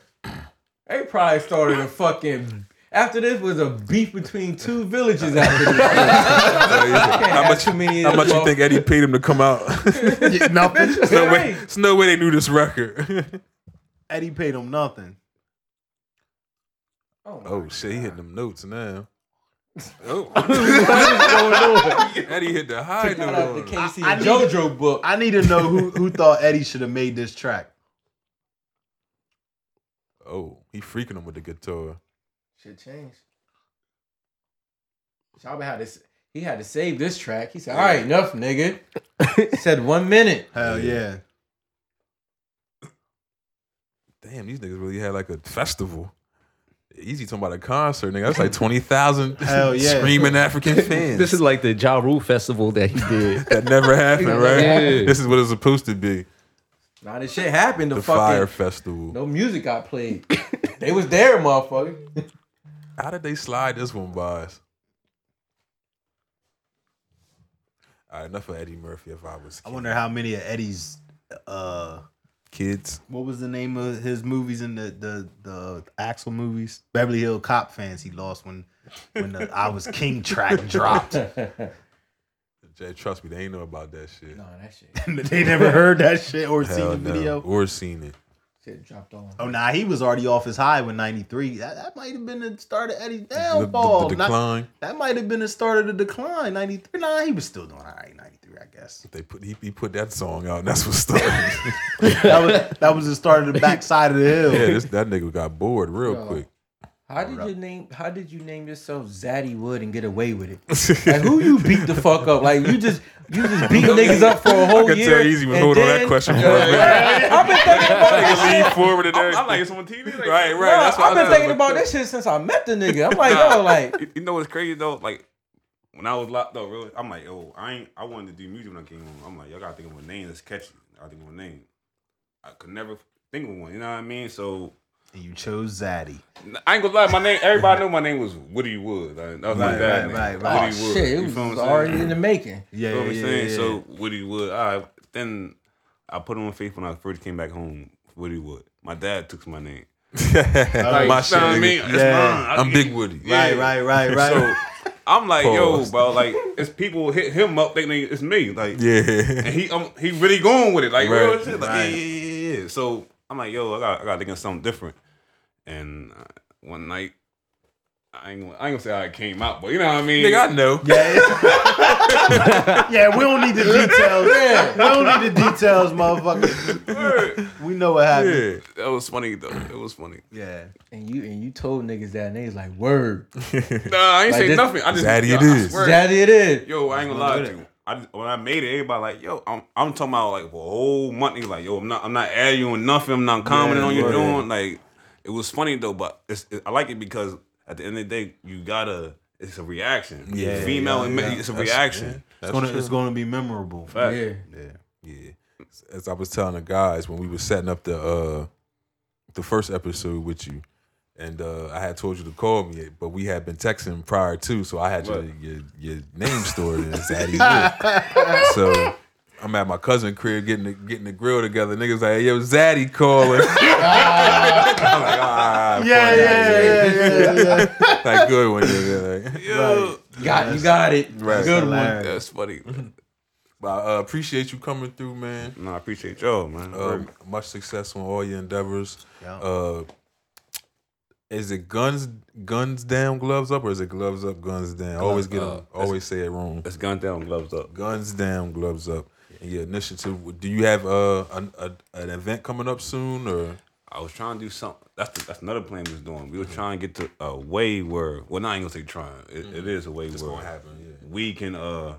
Speaker 5: They probably started a fucking. After this was a beef between two villages. After this,
Speaker 1: How much,
Speaker 5: too many.
Speaker 1: how much you think Eddie paid him to come out?
Speaker 2: Get nothing.
Speaker 1: There's no way, there's no way they knew this record.
Speaker 2: Eddie paid him nothing.
Speaker 1: Oh shit, he hitting them notes now. Oh, Eddie hit the high note.
Speaker 5: Shout out the
Speaker 1: on it.
Speaker 5: KC
Speaker 2: I- I
Speaker 5: and
Speaker 2: need-
Speaker 5: JoJo book.
Speaker 2: I need to know who, who thought Eddie should have made this track.
Speaker 1: Oh, he freaking him with the guitar.
Speaker 5: Shit changed. Shabba had this. He had to save this track. He said, "All right, enough, nigga." said one minute.
Speaker 2: Hell yeah.
Speaker 1: Damn, these niggas really had like a festival. Easy talking about a concert, nigga. That's like twenty thousand
Speaker 2: Hell yeah.
Speaker 1: screaming African fans.
Speaker 3: This is like the Ja Rule festival that he did.
Speaker 1: that never happened, right?
Speaker 3: Yeah.
Speaker 1: This is what it's supposed to be.
Speaker 5: Now this shit happened. The,
Speaker 1: The
Speaker 5: fucking
Speaker 1: fire festival.
Speaker 5: no music got played. they was there, motherfucker.
Speaker 1: How did they slide this one by us? All right, enough of Eddie Murphy. If I was
Speaker 2: I wonder how many of Eddie's uh
Speaker 1: kids,
Speaker 2: what was the name of his movies in the the the Axel movies? Beverly Hill Cop fans he lost when when the I was King track dropped.
Speaker 1: Jay, trust me, they ain't know about that shit.
Speaker 5: No, that shit.
Speaker 2: they never heard that shit or seen
Speaker 1: Hell
Speaker 2: the
Speaker 1: no.
Speaker 2: video.
Speaker 1: or seen it.
Speaker 5: Shit dropped on.
Speaker 2: Oh nah, he was already off his high with '93. That, that might have been the start of Eddie's
Speaker 1: The, the-
Speaker 2: downfall.
Speaker 1: the
Speaker 2: Not-
Speaker 1: decline.
Speaker 2: that might have been the start of the decline. '93. Nah, he was still doing all right. '93, I guess.
Speaker 1: They put he, he put that song out. And that's what started. yeah,
Speaker 2: That was that was the start of the backside of the hill.
Speaker 1: this, that nigga got bored real
Speaker 5: Yo.
Speaker 1: quick.
Speaker 5: How did you name? How did you name yourself Zaddy Wood and get away with it? Like who you beat the fuck up? Like you just you just beat niggas up for a whole
Speaker 1: I could
Speaker 5: year.
Speaker 1: tell Easy was
Speaker 5: and
Speaker 1: holding on that
Speaker 5: then-
Speaker 1: question for a minute.
Speaker 5: I've been thinking about that
Speaker 1: Nigga leaned forward and
Speaker 6: I'm, I'm
Speaker 1: everything.
Speaker 6: like it's on TV. Like,
Speaker 1: Right, right.
Speaker 5: Bro,
Speaker 1: that's what
Speaker 5: I've
Speaker 1: I
Speaker 5: been
Speaker 1: thought.
Speaker 5: thinking about this shit since I met the nigga. I'm like, yo, like,
Speaker 6: You- You know what's crazy though? Like when I was locked up, really, I'm like, yo, I ain't. I wanted to do music when I came home. I'm like, y'all gotta think of a name that's catchy. I gotta think of a name. I could never think of one. You know what I mean? So
Speaker 2: And you chose Zaddy.
Speaker 6: I ain't gonna lie. My name. Everybody knew my name was Woody Wood. Like, that was my
Speaker 2: Right,
Speaker 6: dad
Speaker 2: right,
Speaker 6: name.
Speaker 2: right, right.
Speaker 5: oh
Speaker 6: Woody Wood.
Speaker 5: shit, it
Speaker 6: you
Speaker 5: was
Speaker 6: feel what I'm saying?
Speaker 5: already in the making.
Speaker 2: Yeah,
Speaker 6: You know what I'm
Speaker 2: yeah,
Speaker 6: saying?
Speaker 2: yeah,
Speaker 6: So
Speaker 2: yeah.
Speaker 6: Woody Wood. I then I put on faith when I first came back home. Woody Wood. My dad took my name.
Speaker 1: My
Speaker 6: You know
Speaker 1: shit,
Speaker 6: what I mean?
Speaker 1: nigga.
Speaker 6: It's
Speaker 2: Yeah.
Speaker 6: mine. I
Speaker 1: I'm
Speaker 6: get-
Speaker 1: Big Woody.
Speaker 6: Yeah.
Speaker 2: Right, right, right, right.
Speaker 6: So I'm like,
Speaker 1: Pause.
Speaker 6: yo, bro, like it's people hit him up thinking it's me. Like
Speaker 1: Yeah.
Speaker 6: and he um, he really going with it. Like
Speaker 1: Right,
Speaker 6: real shit. Like yeah, yeah, yeah, yeah. So I'm like, yo, I got I got to think of something different. And uh, one night. I ain't, gonna, I ain't gonna say I came out, but you know what I mean.
Speaker 1: Nigga, I know.
Speaker 2: yeah, yeah, we don't need the details. We don't need the details, motherfucker. We know what happened.
Speaker 1: Yeah.
Speaker 6: That was funny though. It was funny.
Speaker 2: Yeah.
Speaker 5: And you and you told niggas that and they was like, word.
Speaker 6: Nah, I ain't say
Speaker 5: this-
Speaker 6: nothing. I just
Speaker 1: Zaddy it
Speaker 6: yo, I
Speaker 1: is.
Speaker 6: swear.
Speaker 5: That it is.
Speaker 6: Yo, I ain't gonna lie to you. I just, when I made it, everybody like, yo, I'm I'm talking about like for a whole month. Nigga, like, yo, I'm not I'm not adding you on nothing. I'm not commenting on you doing. Like, it was funny though, but it's it, I like it because at the end of the day, you gotta. It's a reaction.
Speaker 1: Yeah,
Speaker 6: female. and ma- It's a reaction.
Speaker 2: It's gonna, it's gonna be memorable.
Speaker 6: Fact.
Speaker 5: Yeah.
Speaker 1: Yeah. As I was telling the guys when we were setting up the uh the first episode with you, and uh I had told you to call me, but we had been texting prior to, so I had your your, your name stored in Zaddy. Wood. so I'm at my cousin crib getting the, getting the grill together. Niggas like, yo, Zaddy calling. I'm like, ah,
Speaker 2: Yeah,
Speaker 1: funny.
Speaker 2: yeah, yeah, yeah, yeah.
Speaker 1: Like good one, nigga. Like,
Speaker 6: Yo,
Speaker 5: Got you got it.
Speaker 1: Right.
Speaker 5: Good one.
Speaker 2: Hilarious.
Speaker 6: that's funny.
Speaker 1: Mm-hmm. but I uh, appreciate you coming through, man.
Speaker 6: no, I appreciate y'all, man.
Speaker 1: Uh, much success on all your endeavors.
Speaker 2: Yeah.
Speaker 1: Uh, is it guns guns down, gloves up, or is it gloves up, guns down? I always get 'em-
Speaker 6: up.
Speaker 1: always say it wrong.
Speaker 6: Let's gun down, gloves up.
Speaker 1: Guns down, gloves up. And your initiative. Do you have uh, an, a, an event coming up soon, or
Speaker 6: I was trying to do something. That's the, that's another plan we was doing.
Speaker 1: Mm-hmm.
Speaker 6: We were trying to get to a way where, well, not I ain't gonna say trying. It,
Speaker 1: Mm-hmm.
Speaker 6: it is a way where we can uh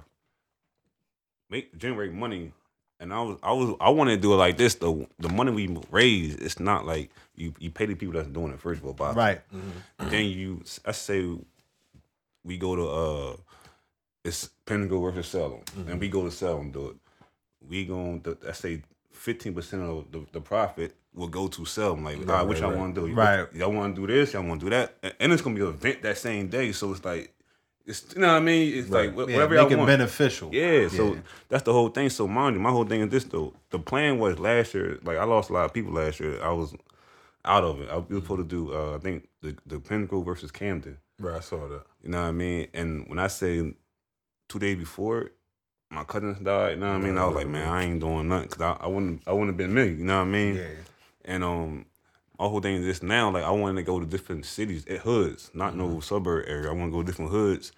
Speaker 6: make generate money. And I was I was I want to do it like this. The the money we raise, it's not like you you pay the people that's doing it first of all. Bob.
Speaker 2: Right.
Speaker 6: Then you, I say, we go to uh, it's Pentagon versus Salem, and we go to Salem do it. We going to I say fifteen percent of the, the profit will go to Salem. Like, all right, what y'all want to do?
Speaker 2: Right.
Speaker 6: Y'all want to do this? Y'all want to do that? And, and it's gonna be an event that same day. So it's like, it's you know what I mean? It's like wh-
Speaker 2: Yeah,
Speaker 6: whatever
Speaker 2: make
Speaker 6: y'all
Speaker 2: it
Speaker 6: want.
Speaker 2: beneficial.
Speaker 6: Yeah, so that's the whole thing. So mind you, my whole thing is this though. The plan was last year, like I lost a lot of people last year. I was out of it. I was supposed to do uh, I think the the Pinnacle versus Camden.
Speaker 1: bro? I saw that.
Speaker 6: You know what I mean? And when I say two days before my cousins died, you know what I mean? I was like, man, I ain't doing nothing because I, I wouldn't I wouldn't have been me. You know what I mean? Yeah. And um, my whole thing is this now. Like I wanted to go to different cities, at hoods, not
Speaker 2: Mm-hmm.
Speaker 6: no suburb area. I want to go to different hoods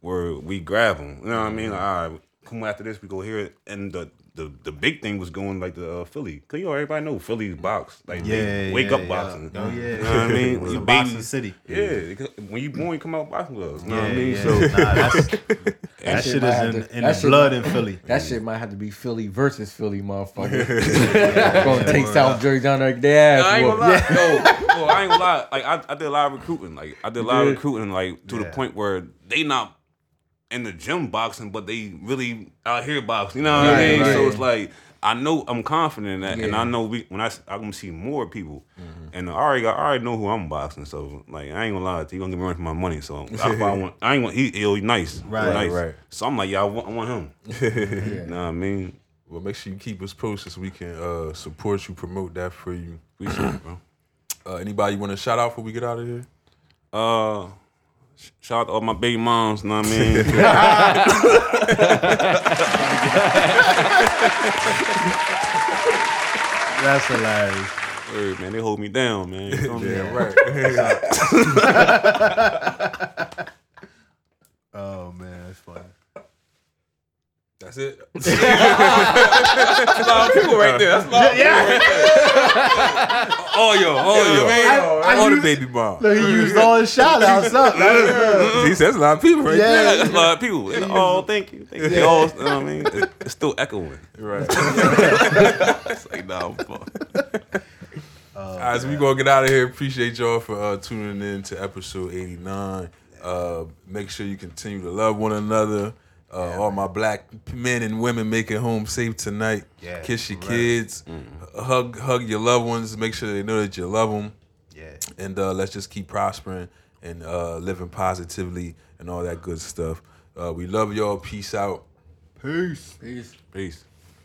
Speaker 6: where we grab them. You know what I
Speaker 2: Mm-hmm.
Speaker 6: mean? Like, all right, come after this, we go here. And the the, the big thing was going like the uh, Philly. Cause you know everybody know Philly's box. Like they
Speaker 2: Yeah,
Speaker 6: wake
Speaker 2: yeah,
Speaker 6: up
Speaker 2: yeah.
Speaker 6: boxing.
Speaker 2: Oh, yeah.
Speaker 6: You know what I mean?
Speaker 2: It's
Speaker 6: You
Speaker 2: a boxing
Speaker 6: big-
Speaker 2: city.
Speaker 6: Yeah, because when you born, you come out boxing gloves. You know
Speaker 2: Yeah,
Speaker 6: what I mean?
Speaker 2: yeah.
Speaker 6: So
Speaker 2: nah, that's, that
Speaker 5: shit
Speaker 2: shit
Speaker 5: might
Speaker 2: is
Speaker 5: have
Speaker 2: in,
Speaker 5: to-
Speaker 2: in
Speaker 5: that
Speaker 2: the
Speaker 5: shit
Speaker 2: blood in
Speaker 5: might-
Speaker 2: Philly.
Speaker 5: That shit might have to be Philly versus Philly, motherfucker. Gonna take South Jersey down there. They
Speaker 6: I
Speaker 5: ass
Speaker 6: ain't gonna
Speaker 5: whooped.
Speaker 6: lie. Yo, yo, I ain't gonna lie. Like I, I did a lot of recruiting. Like I did a lot of recruiting. Like to the
Speaker 2: Yeah.
Speaker 6: point where they not in the gym boxing, but they really out here boxing. You know what I
Speaker 5: Right,
Speaker 6: mean? So
Speaker 5: right.
Speaker 6: it's like I know I'm confident in that, and
Speaker 5: Yeah.
Speaker 6: I know we when I am gonna see more people, and I already got, I already know who I'm boxing. So like I ain't gonna lie, to you, you gonna give me run for my money. So that's why I want. I ain't gonna. He, he nice. He
Speaker 2: Right,
Speaker 6: nice.
Speaker 1: right.
Speaker 6: So I'm like, yeah, I want, I want him. You know what I mean?
Speaker 1: Well, make sure you keep us posted so we can uh, support you, promote that for you.
Speaker 6: We should, bro.
Speaker 1: Uh, anybody you want to shout out before we get out of here?
Speaker 6: Uh, sh- shout out to all my baby moms. You know what I mean?
Speaker 2: That's hilarious.
Speaker 6: Word, man, they hold me down, man. You feel me?
Speaker 1: right.
Speaker 2: Oh man, that's funny.
Speaker 1: That's it.
Speaker 6: That's a lot of people right there. That's a lot of people right there. All y'all, all y'all.
Speaker 1: All the baby mom.
Speaker 2: Look, he used all his shout outs up.
Speaker 1: See, that's a lot of people right
Speaker 2: Yeah.
Speaker 1: there.
Speaker 6: Yeah, that's a lot of people. They all thank you. Thank you. They all, you know what I mean? It's, it's still echoing.
Speaker 1: Right.
Speaker 2: Oh,
Speaker 6: It's like, nah, I'm fucked.
Speaker 1: All right, so we gonna get out of here. Appreciate y'all for uh, tuning in to episode eighty nine. Uh, make sure you continue to love one another. Uh, all my black men and women make it home safe tonight.
Speaker 2: Yeah,
Speaker 1: Kiss your kids,
Speaker 2: Mm-hmm.
Speaker 1: hug hug your loved ones. Make sure they know that you love them,
Speaker 2: Yeah.
Speaker 1: and uh, let's just keep prospering and uh, living positively and all that good stuff. Uh, we love y'all. Peace out.
Speaker 5: Peace.
Speaker 6: Peace.